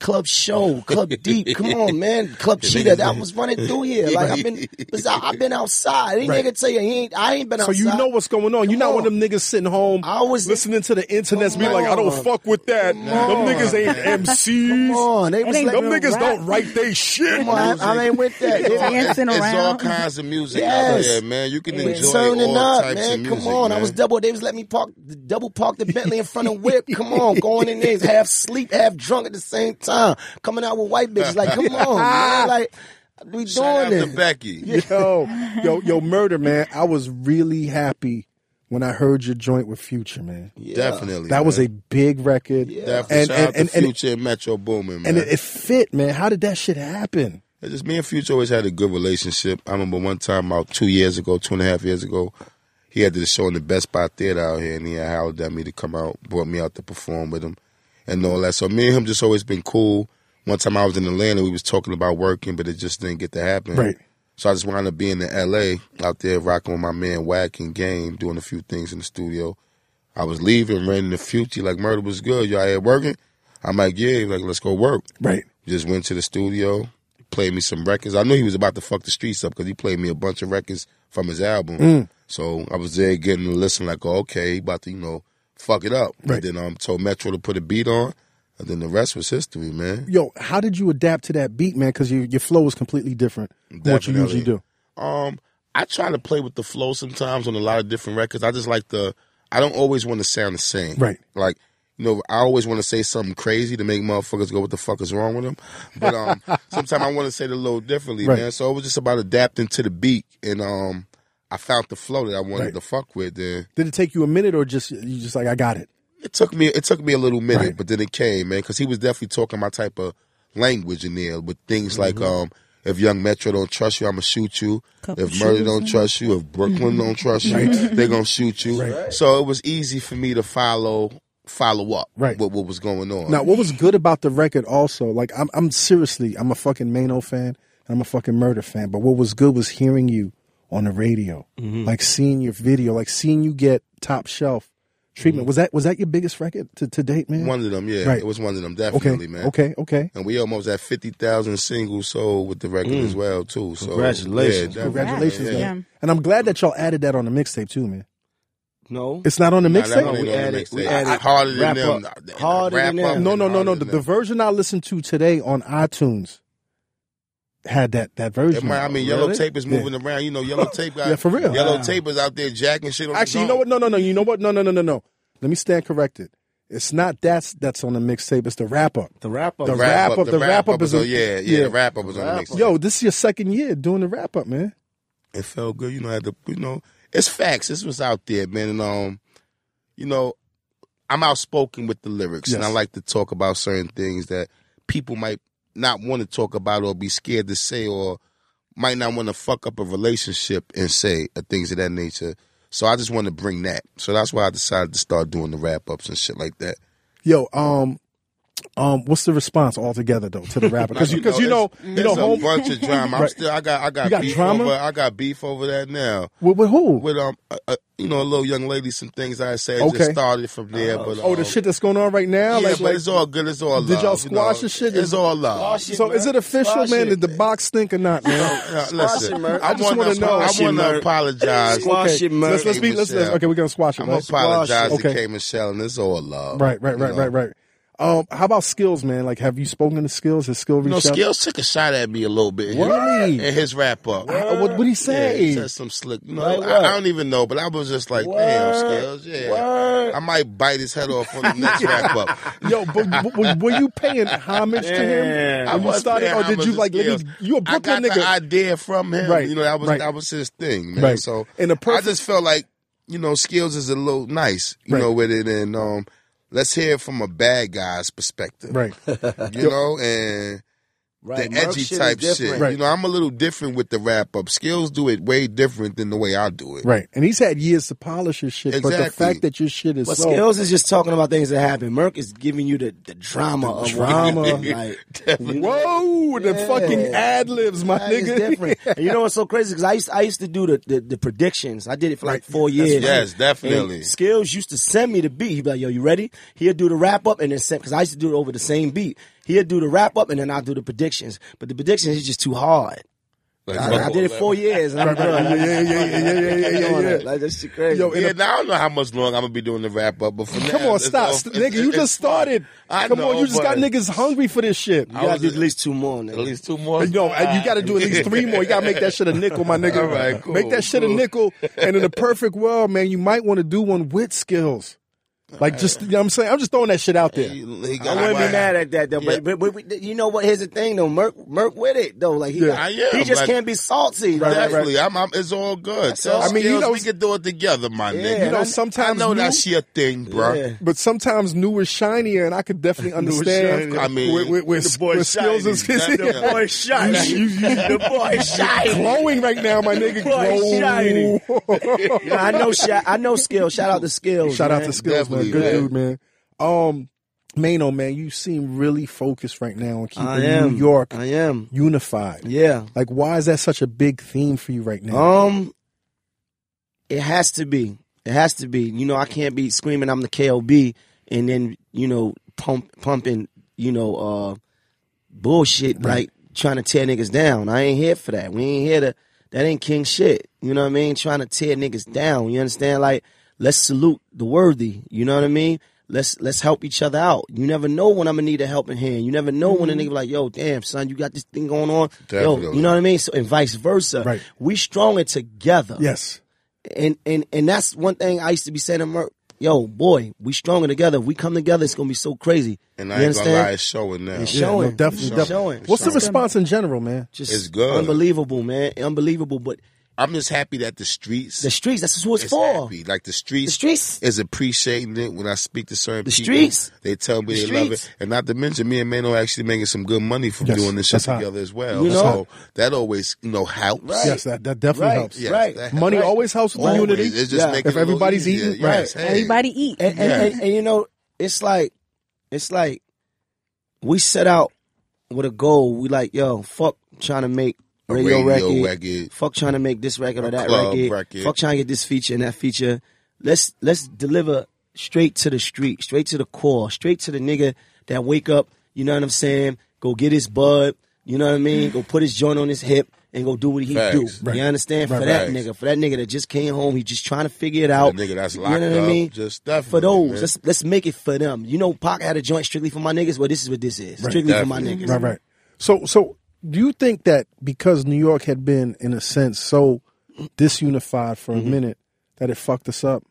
Speaker 6: Club Show, Club Deep. Come on, man. Club Cheetah. That was running through here. Like I've been, listen, I- I've been outside. Any
Speaker 1: Right.
Speaker 6: nigga tell you he ain't, I ain't been
Speaker 1: So
Speaker 6: outside.
Speaker 1: you know what's going on. You're not one of them niggas sitting home
Speaker 6: I was-
Speaker 1: listening to the internet be like, I don't
Speaker 6: on.
Speaker 1: fuck with that. Them niggas ain't MCs.
Speaker 6: Come on, they was
Speaker 5: ain't
Speaker 6: like,
Speaker 1: Them
Speaker 5: no
Speaker 1: niggas
Speaker 5: rap.
Speaker 1: don't write they shit.
Speaker 6: come on, I, I ain't with that.
Speaker 2: It's all-
Speaker 5: Dancing
Speaker 2: it's- It's all
Speaker 5: around.
Speaker 2: kinds of music
Speaker 6: Yes.
Speaker 2: out there, man. You can enjoy
Speaker 6: turning
Speaker 2: all
Speaker 6: up,
Speaker 2: types of
Speaker 6: man.
Speaker 2: music.
Speaker 6: Come on, I was
Speaker 2: man.
Speaker 6: double. They was letting me park, double park the Bentley in front of Whip. Come on, going in there, half sleep, half drunk at the same time, coming out with white bitches. Like, come on, man. Like, we
Speaker 2: Shout out
Speaker 6: doing
Speaker 2: to
Speaker 6: this.
Speaker 2: Becky.
Speaker 1: yo, yo, yo, murder, man. I was really happy when I heard your joint with Future, man.
Speaker 2: Definitely.
Speaker 1: That was
Speaker 2: man.
Speaker 1: a big record.
Speaker 2: Definitely.
Speaker 1: And,
Speaker 2: Shout
Speaker 1: and,
Speaker 2: out
Speaker 1: and,
Speaker 2: to
Speaker 1: and,
Speaker 2: Future and Metro Boomin, man.
Speaker 1: and it, it fit, man. How did that shit happen?
Speaker 2: It's just me and Future always had a good relationship. I remember one time about two years ago, two and a half years ago, he had this show in the Best Buy Theater out here, and he had hollered at me to come out, brought me out to perform with him, and all that. So me and him just always been cool. One time I was in Atlanta, we was talking about working, but it just didn't get to happen.
Speaker 1: Right.
Speaker 2: So I just wound up being in L.A. out there rocking with my man Wack and Game, doing a few things in the studio. I was leaving, ran in the future like murder was good. Y'all here working? I'm like, yeah. He was like, let's go work.
Speaker 1: Right.
Speaker 2: Just went to the studio, played me some records. I knew he was about to fuck the streets up because he played me a bunch of records from his album. So I was there getting to listen, like, oh, okay, he about to, you know, fuck it up.
Speaker 1: Right.
Speaker 2: And then um, told Metro to put a beat on, and then the rest was history, man.
Speaker 1: Yo, how did you adapt to that beat, man? Because your flow was completely different from what you
Speaker 2: Definitely.
Speaker 1: usually do.
Speaker 2: Um, I try to play with the flow sometimes on a lot of different records. I just like the. I don't always want to sound the same.
Speaker 1: Right.
Speaker 2: Like you know, I always want to say something crazy to make motherfuckers go, "What the fuck is wrong with them?" But um, sometimes I want to say it a little differently,
Speaker 1: Right.
Speaker 2: man. So it was just about adapting to the beat, and um, I found the flow that I wanted
Speaker 1: Right.
Speaker 2: to fuck with. Then
Speaker 1: Did it take you a minute or just you just like I got it?
Speaker 2: it took me it took me a little minute,
Speaker 1: Right.
Speaker 2: but then it came, man, because he was definitely talking my type of language in there with things like
Speaker 1: Mm-hmm.
Speaker 2: um if Young Metro don't trust you, I'ma shoot you.
Speaker 5: Couple
Speaker 2: if Murder
Speaker 5: shooters Mm-hmm.
Speaker 2: don't
Speaker 5: in
Speaker 2: trust you, if Brooklyn don't trust you, they gonna shoot you. So it was easy for me to follow follow up
Speaker 1: Right.
Speaker 2: with what was going on.
Speaker 1: Now, what was good about the record also, like I'm, I'm seriously, I'm a fucking Mano fan, and I'm a fucking Murder fan. But what was good was hearing you on the radio, like seeing your video, like seeing you get top shelf treatment. Was that was that your biggest record to, to date, man?
Speaker 2: one of them, yeah.
Speaker 1: Right.
Speaker 2: It was one of them,
Speaker 1: okay,
Speaker 2: definitely, man.
Speaker 1: okay, okay.
Speaker 2: And we almost at fifty thousand singles sold with the record as well too. So
Speaker 6: Congratulations.
Speaker 2: yeah, definitely,
Speaker 1: Mm. Congratulations,
Speaker 2: yeah.
Speaker 1: man.
Speaker 5: Yeah.
Speaker 1: And I'm glad that y'all added that on the mixtape too, man.
Speaker 6: No,
Speaker 1: It's not on the
Speaker 2: Nah, that
Speaker 1: mixtape.
Speaker 2: one ain't
Speaker 6: We
Speaker 2: on the
Speaker 6: added- we
Speaker 2: mixtape.
Speaker 6: added
Speaker 2: I- I- harder than
Speaker 6: Wrap
Speaker 2: them.
Speaker 6: Up.
Speaker 2: Nah,
Speaker 6: Harder
Speaker 2: Wrap
Speaker 6: than them.
Speaker 2: Up
Speaker 1: no, no, no,
Speaker 2: harder
Speaker 1: no. The,
Speaker 2: than
Speaker 1: the
Speaker 2: them.
Speaker 1: version I listened to today on iTunes had that that
Speaker 2: It
Speaker 1: version.
Speaker 2: might, I mean, yellow tape is moving around. You know, yellow tape got
Speaker 1: Yeah, for real.
Speaker 2: Yellow tape is out there jacking shit. On
Speaker 1: Actually, you know what? No, no, no. You know what? No, no, no, no, no. Let me stand corrected. It's not that's that's on the mixtape. It's the wrap up.
Speaker 6: The wrap
Speaker 1: The
Speaker 6: up.
Speaker 1: wrap up- the wrap up is
Speaker 2: on.
Speaker 1: a-
Speaker 2: Yeah, yeah,
Speaker 1: yeah.
Speaker 2: The wrap up was on the mix.
Speaker 1: Yo, this is your second year doing the wrap up, man.
Speaker 2: it felt good. You know, I had to. You know, it's facts. This was out there, man. And um, you know, I'm outspoken with the lyrics, and I
Speaker 1: Yes.
Speaker 2: like to talk about certain things that people might not want to talk about or be scared to say or might not want to fuck up a relationship and say or things of that nature. So I just want to bring that. So that's why I decided to start doing the wrap ups and shit like that.
Speaker 1: Yo, um, um, what's the response altogether though to the wrap up? Because you, cause you know, you know,
Speaker 2: There's a
Speaker 1: home
Speaker 2: bunch of drama. I'm
Speaker 1: Right.
Speaker 2: still, I got, I got,
Speaker 1: You got
Speaker 2: beef
Speaker 1: drama?
Speaker 2: over. I got beef over that now.
Speaker 1: with, with who?
Speaker 2: With um, a, a, you know, a little young lady, some things I said
Speaker 1: Okay.
Speaker 2: just started from there. but
Speaker 1: Oh, the
Speaker 2: um,
Speaker 1: shit that's going on right now.
Speaker 2: Yeah,
Speaker 1: like,
Speaker 2: but
Speaker 1: like,
Speaker 2: it's all good. It's all love.
Speaker 1: Did y'all
Speaker 2: you know.
Speaker 1: squash the shit?
Speaker 2: It's all love.
Speaker 1: so is it official, man? Did the box stink or not, man?
Speaker 2: Uh, Listen,
Speaker 6: Squash it,
Speaker 2: I
Speaker 1: just
Speaker 2: want
Speaker 1: wanna
Speaker 2: to
Speaker 1: know.
Speaker 2: know. I
Speaker 1: Squash
Speaker 6: it,
Speaker 2: want
Speaker 6: Merc.
Speaker 2: to apologize.
Speaker 6: Squash it, Merc.
Speaker 1: Let's let's be let's, let's okay. We're gonna squash it.
Speaker 2: I'm
Speaker 1: right?
Speaker 2: gonna apologize
Speaker 1: Okay.
Speaker 2: to K Michelle, and it's all love.
Speaker 1: Right, right,
Speaker 2: You
Speaker 1: right,
Speaker 2: know?
Speaker 1: right, right. Um, how about skills, man? Like, have you spoken to skills? Has skill
Speaker 2: You know,
Speaker 1: reached out?
Speaker 2: Skills took a shot at me a little bit. in his-
Speaker 1: Really?
Speaker 2: In his wrap up.
Speaker 1: Uh, what would he
Speaker 2: Yeah,
Speaker 1: say?
Speaker 2: he said some slick. No,
Speaker 6: Like
Speaker 2: I,
Speaker 6: what?
Speaker 2: I don't even know, but I was just like, damn, Skills, yeah. I might bite his head off on the next wrap up.
Speaker 1: Yo, but, but were- were you paying homage to him
Speaker 2: I
Speaker 1: when you
Speaker 2: was
Speaker 1: started,
Speaker 2: paying
Speaker 1: or did
Speaker 2: homage
Speaker 1: you
Speaker 2: to
Speaker 1: like? Let
Speaker 2: Skills.
Speaker 1: me, you a
Speaker 2: I
Speaker 1: Brooklyn
Speaker 2: got
Speaker 1: nigga?
Speaker 2: the idea from him.
Speaker 1: Right,
Speaker 2: You know, that was
Speaker 1: right.
Speaker 2: that was his thing, man.
Speaker 1: Right.
Speaker 2: So
Speaker 1: And the perfect-
Speaker 2: I just felt like, you know, skills is a little nice, you
Speaker 1: Right.
Speaker 2: know, with it and um let's hear it from a bad guy's perspective.
Speaker 1: right,
Speaker 2: You know, and
Speaker 6: Right,
Speaker 2: the
Speaker 6: Merc
Speaker 2: edgy
Speaker 6: shit is
Speaker 2: type shit.
Speaker 6: different.
Speaker 1: Right.
Speaker 2: You know, I'm a little different with the wrap up. Skills do it way different than the way I do it.
Speaker 1: right. And he's had years to polish his shit, but the
Speaker 2: Exactly.
Speaker 1: fact that your shit is
Speaker 6: But
Speaker 1: so
Speaker 6: Skills is just talking about things that happen. Merc is giving you the, the drama of
Speaker 1: drama.
Speaker 6: what happened, like, you know,
Speaker 1: whoa, the
Speaker 6: Yeah.
Speaker 1: fucking ad libs, my
Speaker 6: that is
Speaker 1: nigga.
Speaker 6: different. And you know what's so crazy? Because I used I used to do the, the, the predictions. I did it for like four years.
Speaker 2: yes, definitely.
Speaker 6: And Skills used to send me the beat. He'd be like, "Yo, you ready?" He'd do the wrap up and then send because I used to do it over the same beat. He'll do the wrap up and then I'll do the predictions. But the predictions is just too hard.
Speaker 2: Like,
Speaker 6: I, I did it four years and I'm done.
Speaker 1: Yeah, yeah, yeah, yeah, yeah, yeah, yeah,
Speaker 6: Doing
Speaker 1: yeah.
Speaker 6: it. Like, that shit crazy.
Speaker 1: Yo,
Speaker 2: Yeah, now I don't know how much longer I'm gonna be doing the wrap up, but for
Speaker 1: Come
Speaker 2: now,
Speaker 1: on,
Speaker 2: it's
Speaker 1: stop,
Speaker 2: all-
Speaker 1: st-
Speaker 2: it's-
Speaker 1: nigga. You
Speaker 2: it's
Speaker 1: just
Speaker 2: fun.
Speaker 1: started.
Speaker 2: I
Speaker 1: Come
Speaker 2: know,
Speaker 1: on, you just got
Speaker 2: but
Speaker 1: niggas hungry for this shit.
Speaker 6: you
Speaker 1: You
Speaker 6: gotta
Speaker 2: was
Speaker 6: do
Speaker 2: a-
Speaker 6: at least two more. Nigga.
Speaker 2: At least two more.
Speaker 1: know, and you got to do at least three more. You got to make that shit a nickel, my nigga.
Speaker 2: All right, cool,
Speaker 1: make that shit a
Speaker 2: cool.
Speaker 1: nickel. And in a perfect world, man, you might want to do one with skills. Like just, you know what I'm saying? I'm just throwing that shit out there.
Speaker 6: I wouldn't be mad at that though,
Speaker 2: Yeah.
Speaker 6: but, but, but we- you know what? Here's the thing though, Merk, Merk with it though. Like he,
Speaker 1: Yeah.
Speaker 2: I am,
Speaker 6: he just
Speaker 2: like-
Speaker 6: can't be salty. Like,
Speaker 2: Definitely, I'm, I'm, it's all good. So, I mean, you know, we can do it together, my nigga.
Speaker 1: You know, sometimes
Speaker 2: I know that's
Speaker 1: you-
Speaker 2: your thing, bro.
Speaker 6: Yeah.
Speaker 1: But sometimes new is shinier, and I could definitely understand.
Speaker 2: shinier. I mean,
Speaker 1: where, where, where,
Speaker 2: the
Speaker 6: boy
Speaker 1: where skills is
Speaker 2: shiny. That- that boy
Speaker 6: shiny. the boy shiny.
Speaker 1: glowing right now, my nigga.
Speaker 6: Boy, shiny.
Speaker 1: Glow.
Speaker 6: You know, I know, Sha- I know, skill. Shout out to skills.
Speaker 1: Shout out
Speaker 6: man.
Speaker 1: to Skills, man.
Speaker 2: Definitely,
Speaker 1: Good
Speaker 2: man.
Speaker 1: dude, man. Um, Mano, man, you seem really focused right now on keeping
Speaker 6: I am
Speaker 1: New York
Speaker 6: I am.
Speaker 1: unified.
Speaker 6: Yeah.
Speaker 1: Like, why is that such a big theme for you right now?
Speaker 6: Um, it has to be. It has to be. You know, I can't be screaming I'm the KLB and then you know pump pumping you know uh bullshit like trying to tear niggas down. I ain't here for that. We ain't here to. That ain't king shit. You know what I mean? Trying to tear niggas down. You understand? Like let's salute the worthy. You know what I mean? Let's let's help each other out. You never know when I'm gonna need a helping hand. You never know when a nigga be like, yo, damn son, you got this thing going on. Yo,
Speaker 2: Definitely.
Speaker 6: you know what I mean? So and vice versa.
Speaker 1: Right.
Speaker 6: We stronger together.
Speaker 1: yes.
Speaker 6: And and and that's one thing I used to be saying to Merc. Yo, boy, we stronger together. If we come together, it's gonna be so crazy.
Speaker 2: And
Speaker 6: you
Speaker 2: I ain't gonna
Speaker 6: understand?
Speaker 2: lie, it's showing now.
Speaker 6: It's
Speaker 1: Yeah, no,
Speaker 6: showing,
Speaker 1: definitely,
Speaker 6: It's
Speaker 1: definitely.
Speaker 6: showing.
Speaker 1: What's the
Speaker 2: Showing.
Speaker 1: response in general, man?
Speaker 6: Just
Speaker 2: It's good.
Speaker 6: unbelievable, man. Unbelievable. But
Speaker 2: I'm just happy that the streets
Speaker 6: the streets, that's who it's,
Speaker 2: is
Speaker 6: for.
Speaker 2: happy. Like the
Speaker 6: The
Speaker 2: streets,
Speaker 6: streets.
Speaker 2: is appreciating it when I speak to certain
Speaker 6: The
Speaker 2: people.
Speaker 6: streets.
Speaker 2: They tell me
Speaker 6: The
Speaker 2: they love
Speaker 6: streets.
Speaker 2: it. And not to mention me and Mano actually making some good money from
Speaker 1: Yes,
Speaker 2: doing this shit
Speaker 1: that's hot.
Speaker 2: together as well.
Speaker 6: You know?
Speaker 2: so that always, you know, helps.
Speaker 6: Right.
Speaker 1: Yes, that, that definitely
Speaker 6: Right.
Speaker 1: helps.
Speaker 2: Yes,
Speaker 6: Right.
Speaker 2: that helps.
Speaker 1: Money always helps with the
Speaker 2: Always.
Speaker 1: unity.
Speaker 2: It's just
Speaker 6: Yeah.
Speaker 2: making
Speaker 1: If
Speaker 2: it a little
Speaker 1: everybody's
Speaker 2: easier.
Speaker 1: eating, right.
Speaker 2: Yes, hey.
Speaker 5: Everybody eat.
Speaker 6: And, and, and, and you know, it's like, it's like, we set out with a goal. We like, yo, fuck trying to make
Speaker 2: A
Speaker 6: radio,
Speaker 2: radio
Speaker 6: record.
Speaker 2: record.
Speaker 6: Fuck trying to make this record or that
Speaker 2: club
Speaker 6: record.
Speaker 2: record.
Speaker 6: Fuck trying to get this feature and that feature. Let's let's deliver straight to the street, straight to the core, straight to the nigga that wake up. You know what I'm saying? Go get his bud. You know what I mean? Go put his joint on his hip and go do what he do.
Speaker 2: Facts.
Speaker 1: Right.
Speaker 6: You understand? for
Speaker 1: Right.
Speaker 6: that
Speaker 2: Facts.
Speaker 6: nigga, for that nigga that just came home, he just trying to figure it out.
Speaker 2: nigga that's
Speaker 6: you
Speaker 2: locked
Speaker 6: know what I
Speaker 2: up,
Speaker 6: mean?
Speaker 2: just
Speaker 6: for
Speaker 2: definitely,
Speaker 6: those,
Speaker 2: man.
Speaker 6: let's let's make it for them. You know, Pac had a joint strictly for my niggas. Well, this is what this is. Strictly for my
Speaker 2: definitely.
Speaker 6: niggas.
Speaker 1: Right, right. So, so do you think that because New York had been, in a sense, so disunified for
Speaker 6: Mm-hmm.
Speaker 1: a minute, that it fucked us up?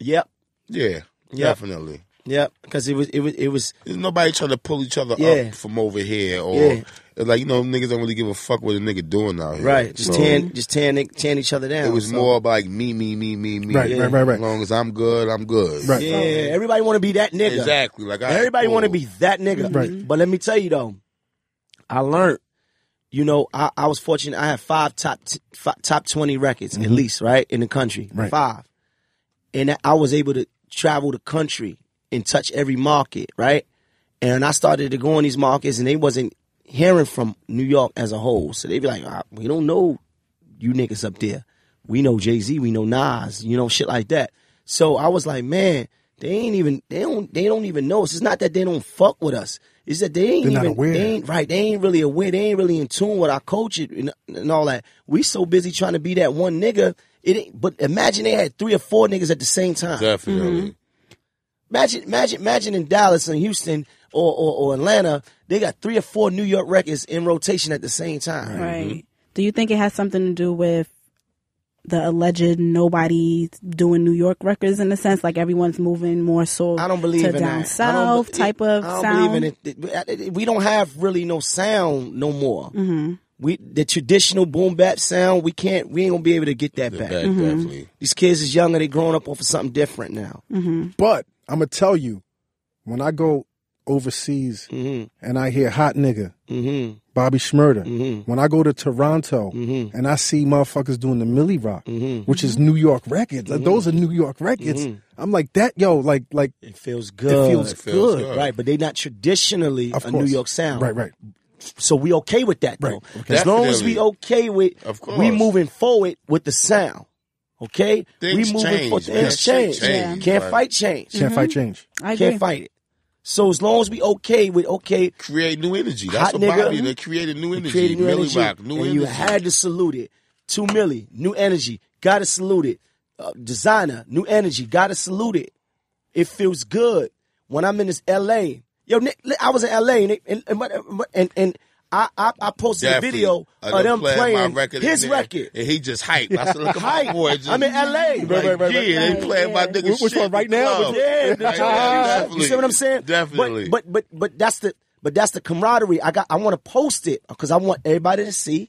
Speaker 6: Yep,
Speaker 2: Yeah, definitely.
Speaker 6: yep. Because it was it was it was
Speaker 2: There's nobody trying to pull each other
Speaker 6: Yeah.
Speaker 2: up from over here or
Speaker 6: Yeah.
Speaker 2: it's like you know niggas don't really give a fuck what a nigga doing out here.
Speaker 6: Right. Just
Speaker 2: So,
Speaker 6: tearing, just tearing, it- tearing each other down.
Speaker 2: It was
Speaker 6: So-
Speaker 2: more of like me, me, me, me, me.
Speaker 1: Right, right, right, right.
Speaker 2: As long as I'm good, I'm good.
Speaker 1: Right.
Speaker 6: Yeah, everybody want to be that nigga.
Speaker 2: Exactly. Mm-hmm. Like I,
Speaker 6: Everybody
Speaker 2: cool.
Speaker 6: want to be that nigga.
Speaker 1: Right.
Speaker 6: But let me tell you though, I learned. You know, I, I was fortunate. I had five top t- fi- top twenty records
Speaker 2: Mm-hmm.
Speaker 6: at least, right, in the country.
Speaker 1: Right.
Speaker 6: Five, and I was able to travel the country and touch every market, right. And I started to go in these markets, and they wasn't hearing from New York as a whole. So they be like, "Ah, "We don't know you niggas up there. We know Jay Z, we know Nas, you know shit like that. So I was like, man, they ain't even they don't they don't even know us. It's not that they don't fuck with us. It's that they ain't
Speaker 1: They're
Speaker 6: even
Speaker 1: not aware.
Speaker 6: they ain't right. They ain't really aware. They ain't really in tune with our culture and, and all that. We so busy trying to be that one nigga. It ain't, but imagine they had three or four niggas at the same time. Mm-hmm.
Speaker 2: Definitely.
Speaker 6: Imagine, imagine, imagine in Dallas and Houston or, or, or Atlanta, they got three or four New York records in rotation at the same time.
Speaker 5: Right. Do you think it has something to do with the alleged nobody doing New York records in a sense, like everyone's moving more so
Speaker 6: I don't believe
Speaker 5: to
Speaker 6: in
Speaker 5: down
Speaker 6: that. I don't
Speaker 5: south
Speaker 6: be-
Speaker 5: type of
Speaker 6: I don't
Speaker 5: sound?
Speaker 6: believe in it. It- it- We don't have really no sound no more.
Speaker 5: Mm-hmm.
Speaker 6: We the traditional boom bap sound. We can't. We ain't gonna be able to get that back.
Speaker 2: Back, Definitely.
Speaker 6: These kids is younger. They growing up off of something different now.
Speaker 1: But I'm gonna tell you, when I go overseas
Speaker 6: Mm-hmm.
Speaker 1: and I hear hot nigga, Bobby Schmurda,
Speaker 6: Mm-hmm.
Speaker 1: when I go to Toronto and I see motherfuckers doing the Millie Rock,
Speaker 6: Mm-hmm.
Speaker 1: which is New York records, like, those are New York records. I'm like that, yo, like like
Speaker 6: It feels good.
Speaker 1: it feels,
Speaker 2: feels
Speaker 1: good.
Speaker 2: good.
Speaker 6: Right, but they not traditionally
Speaker 1: Of
Speaker 6: a New
Speaker 1: course.
Speaker 6: York sound.
Speaker 1: Right, right.
Speaker 6: So we okay with that
Speaker 1: Right.
Speaker 6: though. As long as we
Speaker 2: Definitely.
Speaker 6: okay with,
Speaker 2: Of course.
Speaker 6: we moving forward with the sound. Okay,
Speaker 2: Things
Speaker 6: we moving
Speaker 2: change,
Speaker 6: forward.
Speaker 2: man.
Speaker 6: Things
Speaker 2: Shit
Speaker 6: change.
Speaker 2: change,
Speaker 6: Can't
Speaker 2: right.
Speaker 6: fight change.
Speaker 1: Can't fight change.
Speaker 5: Mm, I agree.
Speaker 6: Can't fight it. So as long as we okay with okay,
Speaker 2: Create new energy. That's
Speaker 6: Hot
Speaker 2: what
Speaker 6: nigga.
Speaker 2: Bobby. They created new energy.
Speaker 6: creating new
Speaker 2: Millie
Speaker 6: energy,
Speaker 2: Rock, new
Speaker 6: and
Speaker 2: energy.
Speaker 6: you had to salute it. Two milli, new energy. Gotta salute it. Uh, designer, new energy. Gotta salute it. It feels good when I'm in this LA. Yo, Nick, li- I was in LA and and and, and, and I, I I posted
Speaker 2: Definitely.
Speaker 6: a video
Speaker 2: I
Speaker 6: of
Speaker 2: done
Speaker 6: them
Speaker 2: played my
Speaker 6: playing
Speaker 2: record
Speaker 6: his
Speaker 2: and then-
Speaker 6: record.
Speaker 2: and he just hyped. I said, "Look at
Speaker 6: Hype.
Speaker 2: my boy." Just,
Speaker 6: I'm in LA.
Speaker 2: Like,
Speaker 6: Right, right, right,
Speaker 2: yeah,
Speaker 5: right.
Speaker 2: they playing my
Speaker 5: Yeah.
Speaker 2: nigga.
Speaker 1: Which
Speaker 2: shit
Speaker 1: one,
Speaker 2: in
Speaker 1: right
Speaker 2: the
Speaker 1: now?
Speaker 2: club.
Speaker 1: Which-
Speaker 6: Yeah,
Speaker 2: Like,
Speaker 6: the
Speaker 2: yeah,
Speaker 6: job. You see what I'm saying?
Speaker 2: Definitely.
Speaker 6: But, but but but that's the but that's the camaraderie. I got. I want to post it because I want everybody to see.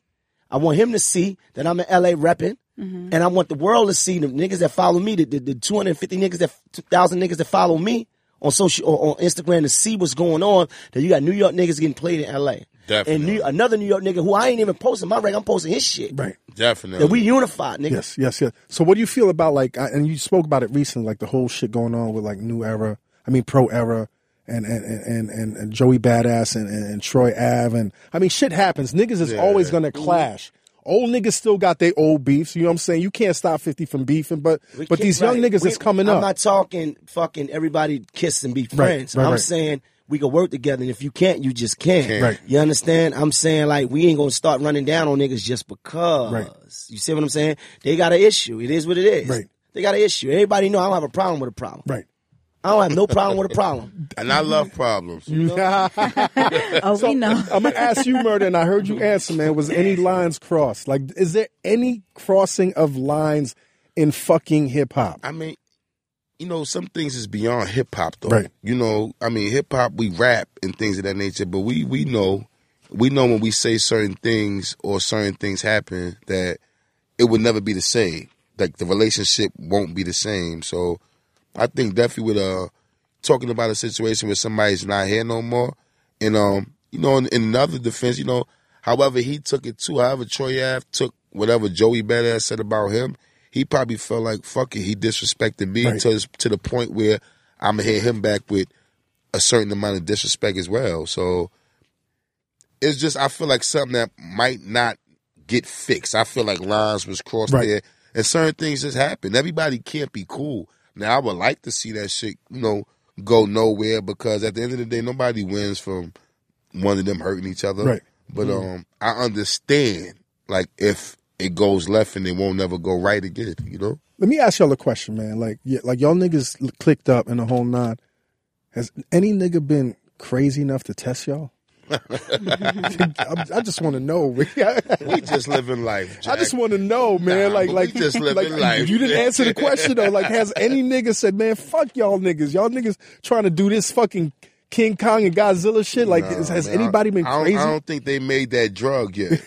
Speaker 6: I want him to see that I'm in LA repping, and I want the world to see the niggas that follow me, the, the, the 250 niggas that 2,000 niggas that follow me on social or on Instagram to see what's going on. That you got New York niggas getting played in LA, and
Speaker 2: Definitely.
Speaker 6: New, another New York nigga who I ain't even posting my record. I'm posting his shit.
Speaker 1: Right.
Speaker 2: definitely.
Speaker 6: That we unified, nigga.
Speaker 1: Yes, yes, yes. So, what do you feel about like, I- and you spoke about it recently, like the whole shit going on with like new era, I mean, pro era, and and and and, and Joey Badass and, and, and Troy Ave, and I mean, shit happens. Niggas is always gonna clash. Old niggas still got their old beefs. You know what I'm saying? You can't stop Fifty from beefing, but
Speaker 6: We
Speaker 1: but
Speaker 6: can't-
Speaker 1: these young
Speaker 6: right.
Speaker 1: niggas
Speaker 6: We-
Speaker 1: is coming
Speaker 6: I'm
Speaker 1: up.
Speaker 6: not talking fucking everybody kiss and be friends.
Speaker 1: right,
Speaker 6: I'm
Speaker 1: right.
Speaker 6: saying we can work together, and if you can't, you just can't.
Speaker 1: Right.
Speaker 6: You understand? I'm saying like we ain't gonna start running down on niggas just because.
Speaker 1: Right.
Speaker 6: You see what I'm saying? They got an issue. It is what it is.
Speaker 1: Right.
Speaker 6: They got an issue. Everybody know I don't have a problem with a problem.
Speaker 1: right.
Speaker 6: I don't have no problem with a problem.
Speaker 2: and I love problems.
Speaker 5: Oh, we know.
Speaker 1: I'm gonna ask you, Murder, and I heard you answer, man. Was any lines crossed? Like, is there any crossing of lines in fucking hip hop?
Speaker 2: I mean, you know, some things is beyond hip hop though.
Speaker 1: Right.
Speaker 2: You know, I mean, hip hop we rap and things of that nature, but we we know we know when we say certain things or certain things happen that it would never be the same. Like the relationship won't be the same. So I think definitely with uh talking about a situation where somebody's not here no more, and um, you know, in, in another defense, you know, however he took it too, however Troy Ave took whatever Joey Badass said about him, he probably felt like fuck it, he disrespected me
Speaker 1: Right.
Speaker 2: to his- to the point where I'm gonna hit him back with a certain amount of disrespect as well. So it's just I feel like something that might not get fixed. I feel like lines was crossed
Speaker 1: Right.
Speaker 2: there, and certain things just happen. Everybody can't be cool. Now I would like to see that shit, you know, go nowhere because at the end of the day, nobody wins from one of them hurting each other.
Speaker 1: Right. Mm-hmm.
Speaker 2: But um, I understand like if it goes left and it won't never go right again. You know,
Speaker 1: Let me ask y'all a question, man. Like, yeah, like y'all niggas l- clicked up in the whole nine. Has any nigga been crazy enough to test y'all? I, I just want to know.
Speaker 2: we just living life.
Speaker 1: I
Speaker 2: Jack.
Speaker 1: just want to know, man.
Speaker 2: Nah,
Speaker 1: like,
Speaker 2: but
Speaker 1: like,
Speaker 2: we just living
Speaker 1: like
Speaker 2: life.
Speaker 1: you didn't answer the question though. Like, has any nigga said, man, fuck y'all niggas? Y'all niggas trying to do this fucking King Kong and Godzilla shit? Like, is- has
Speaker 2: Man, I-
Speaker 1: anybody been
Speaker 2: I don't-
Speaker 1: crazy?
Speaker 2: I don't think they made that drug yet.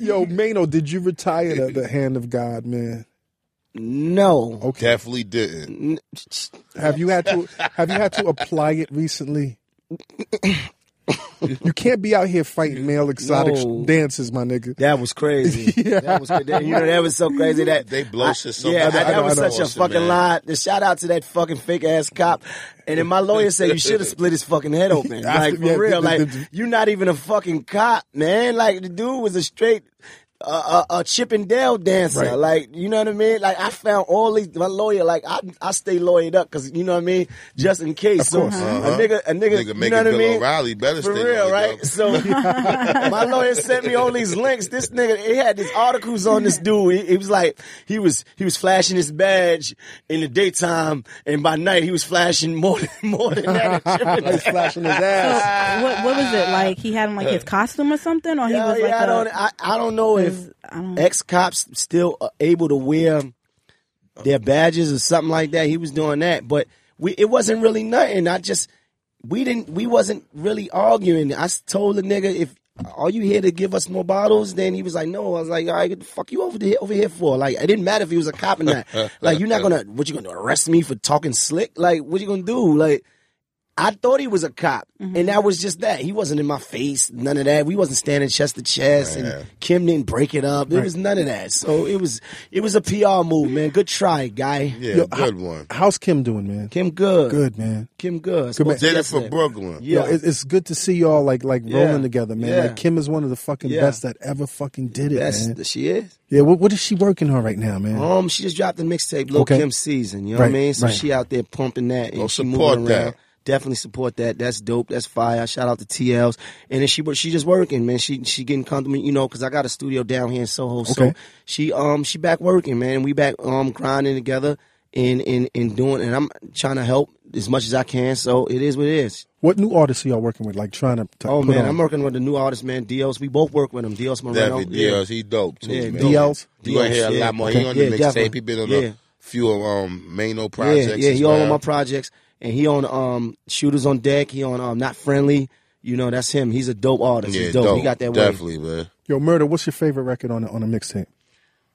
Speaker 1: Yo, Mano, did you retire the, the hand of God, man?
Speaker 6: No.
Speaker 1: Okay.
Speaker 2: Definitely didn't.
Speaker 1: Have you had to have you had to apply it recently? you can't be out here fighting male exotic sh-
Speaker 6: No.
Speaker 1: dances, my nigga.
Speaker 6: That was crazy. That was cra- that- you know that was so crazy that
Speaker 2: They blow shit so
Speaker 6: Yeah,
Speaker 2: much.
Speaker 6: that,
Speaker 1: I know,
Speaker 6: that was
Speaker 1: I know.
Speaker 6: such a fucking
Speaker 2: Man.
Speaker 6: lie. The shout out to that fucking fake ass cop. And then my lawyer said you should have split his fucking head open. Like for
Speaker 1: yeah,
Speaker 6: real,
Speaker 1: the- the-
Speaker 6: like
Speaker 1: the-
Speaker 6: you're not even a fucking cop, man. Like the dude was a straight. Uh, uh, a Chip and Dale dancer,
Speaker 1: Right.
Speaker 6: like you know what I mean. Like I found all these my lawyer, like I I stay lawyered up because you know what I mean, just in case. so
Speaker 1: course.
Speaker 6: a nigga, a nigga,
Speaker 2: Nigga
Speaker 6: you
Speaker 2: making
Speaker 6: know what I
Speaker 2: Bill
Speaker 6: mean.
Speaker 2: O'Reilly better
Speaker 6: For
Speaker 2: stay
Speaker 6: real,
Speaker 2: locked
Speaker 6: right?
Speaker 2: up.
Speaker 6: So my lawyer sent me all these links. This nigga, he had these articles on this dude. He, he was like, he was he was flashing his badge in the daytime, and by night he was flashing more than more than that.
Speaker 1: He's flashing his ass.
Speaker 5: what, what was it like? He had on like his costume or something, or he
Speaker 6: Yeah,
Speaker 5: was like
Speaker 6: yeah, I
Speaker 5: a-
Speaker 6: don't, I, I don't know if
Speaker 5: his- I don't-
Speaker 6: ex cops still are able to wear their badges or something like that. He was doing that, but we it wasn't really nothing. I just we didn't we wasn't really arguing. I s- told the nigga if are you here to give us more bottles? Then he was like, no. I was like, all right, what the fuck you over here over here for? Like it didn't matter if he was a cop or not. like you're not gonna what you gonna arrest me for talking slick? Like what you gonna do? Like I thought he was a cop, and that was just that. He wasn't in my face, none of that. We wasn't standing chest to chest, and Kim didn't break it up. It was none of that. So it was it was a PR move, man. Good try, guy.
Speaker 2: Yeah, good one.
Speaker 1: How's Kim doing, man?
Speaker 6: Kim good.
Speaker 1: Good, man.
Speaker 6: Kim good.
Speaker 1: Good man.
Speaker 2: Did it for Brooklyn.
Speaker 1: Yo,
Speaker 6: Yeah.
Speaker 1: it- it's good to see y'all like like
Speaker 6: Yeah.
Speaker 1: rolling together, man.
Speaker 6: Yeah.
Speaker 1: Like Kim is one of the fucking
Speaker 6: Yeah.
Speaker 1: best that ever fucking did it,
Speaker 6: That's
Speaker 1: man.
Speaker 6: she is.
Speaker 1: Yeah, what, what is she working on right now, man?
Speaker 6: Um, she just dropped the mixtape, Lil
Speaker 1: Okay.
Speaker 6: Kim Season. You know
Speaker 1: Right,
Speaker 6: what I mean? So
Speaker 1: right.
Speaker 6: she out there pumping that and
Speaker 2: Go
Speaker 6: she
Speaker 2: support
Speaker 6: moving around.
Speaker 2: that.
Speaker 6: Definitely support that. That's dope. That's fire. Shout out to TLs. And then she wor- she just working, man. She she getting comfortable, you know, because I got a studio down here in Soho. So
Speaker 1: Okay.
Speaker 6: she um she back working, man. We back um grinding together and and and doing. And I'm trying to help as much as I can. So it is what it is.
Speaker 1: What new artists are y'all working with? Like trying to, to
Speaker 6: Oh
Speaker 1: put
Speaker 6: man,
Speaker 1: on
Speaker 6: I'm working with the new artist, man. DLs. We both work with him. DLs Moreno.
Speaker 2: Definitely DLs. He dope too,
Speaker 6: Yeah,
Speaker 2: man.
Speaker 1: DLs?
Speaker 2: You gonna hear a
Speaker 6: DLs, yeah.
Speaker 2: lot more.
Speaker 6: Okay.
Speaker 2: He on the
Speaker 6: Yeah,
Speaker 2: mixtape.
Speaker 6: definitely.
Speaker 2: He been on
Speaker 6: Yeah.
Speaker 2: a few of um Mano projects.
Speaker 6: Yeah, yeah,
Speaker 2: as
Speaker 6: he
Speaker 2: well.
Speaker 6: on all my projects, and he on um shooters on deck. He on um not friendly. You know that's him. He's a dope artist.
Speaker 2: Yeah,
Speaker 6: He's dope. He got that way.
Speaker 2: Definitely, man.
Speaker 1: Yo, Murder, what's your favorite record on the, on a mixtape?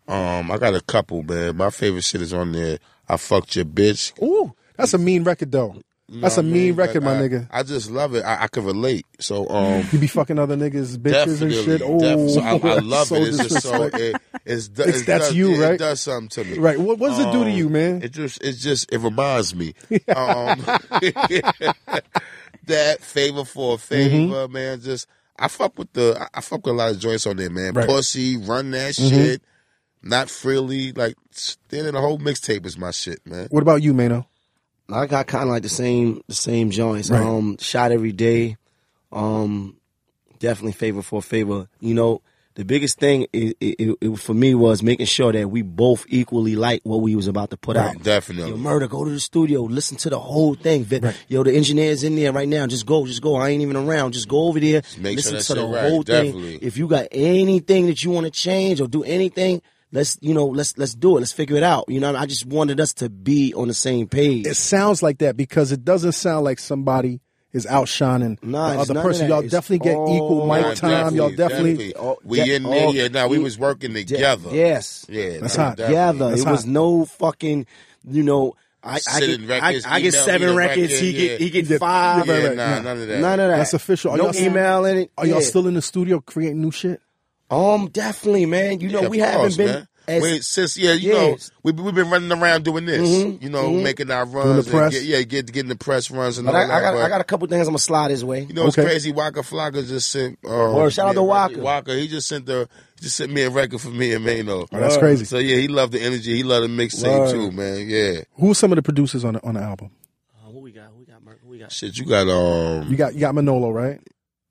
Speaker 2: Um, I got a couple, man. My favorite shit is on there. I fucked your bitch.
Speaker 1: Ooh, that's a mean record though. that's a
Speaker 2: I
Speaker 1: mean,
Speaker 2: mean,
Speaker 1: record,
Speaker 2: like,
Speaker 1: my
Speaker 2: I-
Speaker 1: nigga.
Speaker 2: I just love it. I, I can relate. So um,
Speaker 1: You be fucking other niggas, bitches, and
Speaker 2: definitely,
Speaker 1: shit. Oh,
Speaker 2: definitely. So I, I love
Speaker 1: so
Speaker 2: it. It's just so
Speaker 1: disrespectful.
Speaker 2: it, it's, do-
Speaker 1: It's-
Speaker 2: it's
Speaker 1: that's
Speaker 2: does,
Speaker 1: you,
Speaker 2: yeah,
Speaker 1: right?
Speaker 2: It does something to me,
Speaker 1: Right. What- what does it do to you, man?
Speaker 2: Um, It just it's just it reminds me. um, that favor for a favor,
Speaker 1: Mm-hmm.
Speaker 2: man. Just I fuck with the I- I fuck with a lot of joints on there, man.
Speaker 1: Right. Mm-hmm.
Speaker 2: Pussy, run that shit. Not freely, like then the whole mixtape is my shit, man.
Speaker 1: What about you, Mano?
Speaker 6: I got kind of like the same the same joints.
Speaker 1: Right.
Speaker 6: Um, shot every day. Um, definitely favor for favor. You know, the biggest thing it, it, it, it for me was making sure that we both equally like what we was about to put out.
Speaker 2: Definitely.
Speaker 6: Yo, murder, go to the studio, listen to the whole thing. Vic. Yo, the engineer's in there right now. Just go, just go. I ain't even around. Just go over there,
Speaker 2: make sure
Speaker 6: listen
Speaker 2: that
Speaker 6: to the
Speaker 2: shit right,
Speaker 6: whole thing.
Speaker 2: definitely.
Speaker 6: If you got anything that you want to change or do anything, let's you know, let's let's do it. Let's figure it out. You know, I just wanted us to be on the same page.
Speaker 1: It sounds like that because it doesn't sound like somebody is outshining the
Speaker 6: Nah, it's
Speaker 1: other
Speaker 6: none of
Speaker 1: person.
Speaker 6: that.
Speaker 1: Y'all
Speaker 6: It's
Speaker 1: definitely get
Speaker 6: all-
Speaker 1: equal mic
Speaker 2: Nah,
Speaker 1: time. Y'all definitely.
Speaker 6: all-
Speaker 2: we
Speaker 6: that-
Speaker 2: in there.
Speaker 6: all-
Speaker 2: Yeah, now we
Speaker 6: it-
Speaker 2: was working
Speaker 6: De-
Speaker 2: together.
Speaker 6: yes, Ah,
Speaker 2: Yeah,
Speaker 1: That's
Speaker 2: nah,
Speaker 1: hot.
Speaker 2: definitely.
Speaker 6: together.
Speaker 1: That's
Speaker 6: It was
Speaker 1: hot.
Speaker 6: no fucking, you know. I, I
Speaker 2: Sitting
Speaker 6: get,
Speaker 2: records,
Speaker 6: I, I get
Speaker 2: email me
Speaker 6: seven
Speaker 2: the
Speaker 6: records.
Speaker 2: record,
Speaker 6: he
Speaker 2: yeah.
Speaker 6: get he get five.
Speaker 2: Yeah,
Speaker 1: right,
Speaker 2: nah,
Speaker 1: nah.
Speaker 2: none of that.
Speaker 6: None of that.
Speaker 1: That's official. Are
Speaker 6: no
Speaker 1: y'all still-
Speaker 6: email in it.
Speaker 1: Are y'all
Speaker 6: Yeah.
Speaker 1: still in the studio creating new shit?
Speaker 6: Um, definitely, man. You know,
Speaker 2: Yeah,
Speaker 6: we
Speaker 2: of
Speaker 6: haven't
Speaker 2: course,
Speaker 6: been
Speaker 2: man.
Speaker 6: as
Speaker 2: We- since yeah, you
Speaker 6: Yes. Mm-hmm.
Speaker 2: know, we've we we've been running around doing this, you know, making our runs,
Speaker 1: the press.
Speaker 2: And get, yeah, get getting the press runs and
Speaker 6: But
Speaker 2: all
Speaker 6: I,
Speaker 2: that.
Speaker 6: I got
Speaker 2: but,
Speaker 6: I got a couple things I'm gonna slide his way.
Speaker 2: you know, it's
Speaker 1: Okay.
Speaker 2: crazy. Waka Flocka just sent. Um,
Speaker 6: Word, shout out to Waka.
Speaker 2: Waka, he just sent the he just sent me a record for me and Mano.
Speaker 1: Oh, that's crazy.
Speaker 2: So yeah, he loved the energy. He loved the mixtape
Speaker 6: Word.
Speaker 2: too, man. Yeah,
Speaker 1: Who are some of the producers on the, on the album?
Speaker 6: Who uh, we got? Who we got? Mark? Who we got?
Speaker 2: shit. You got um,
Speaker 1: You got you got Manolo right.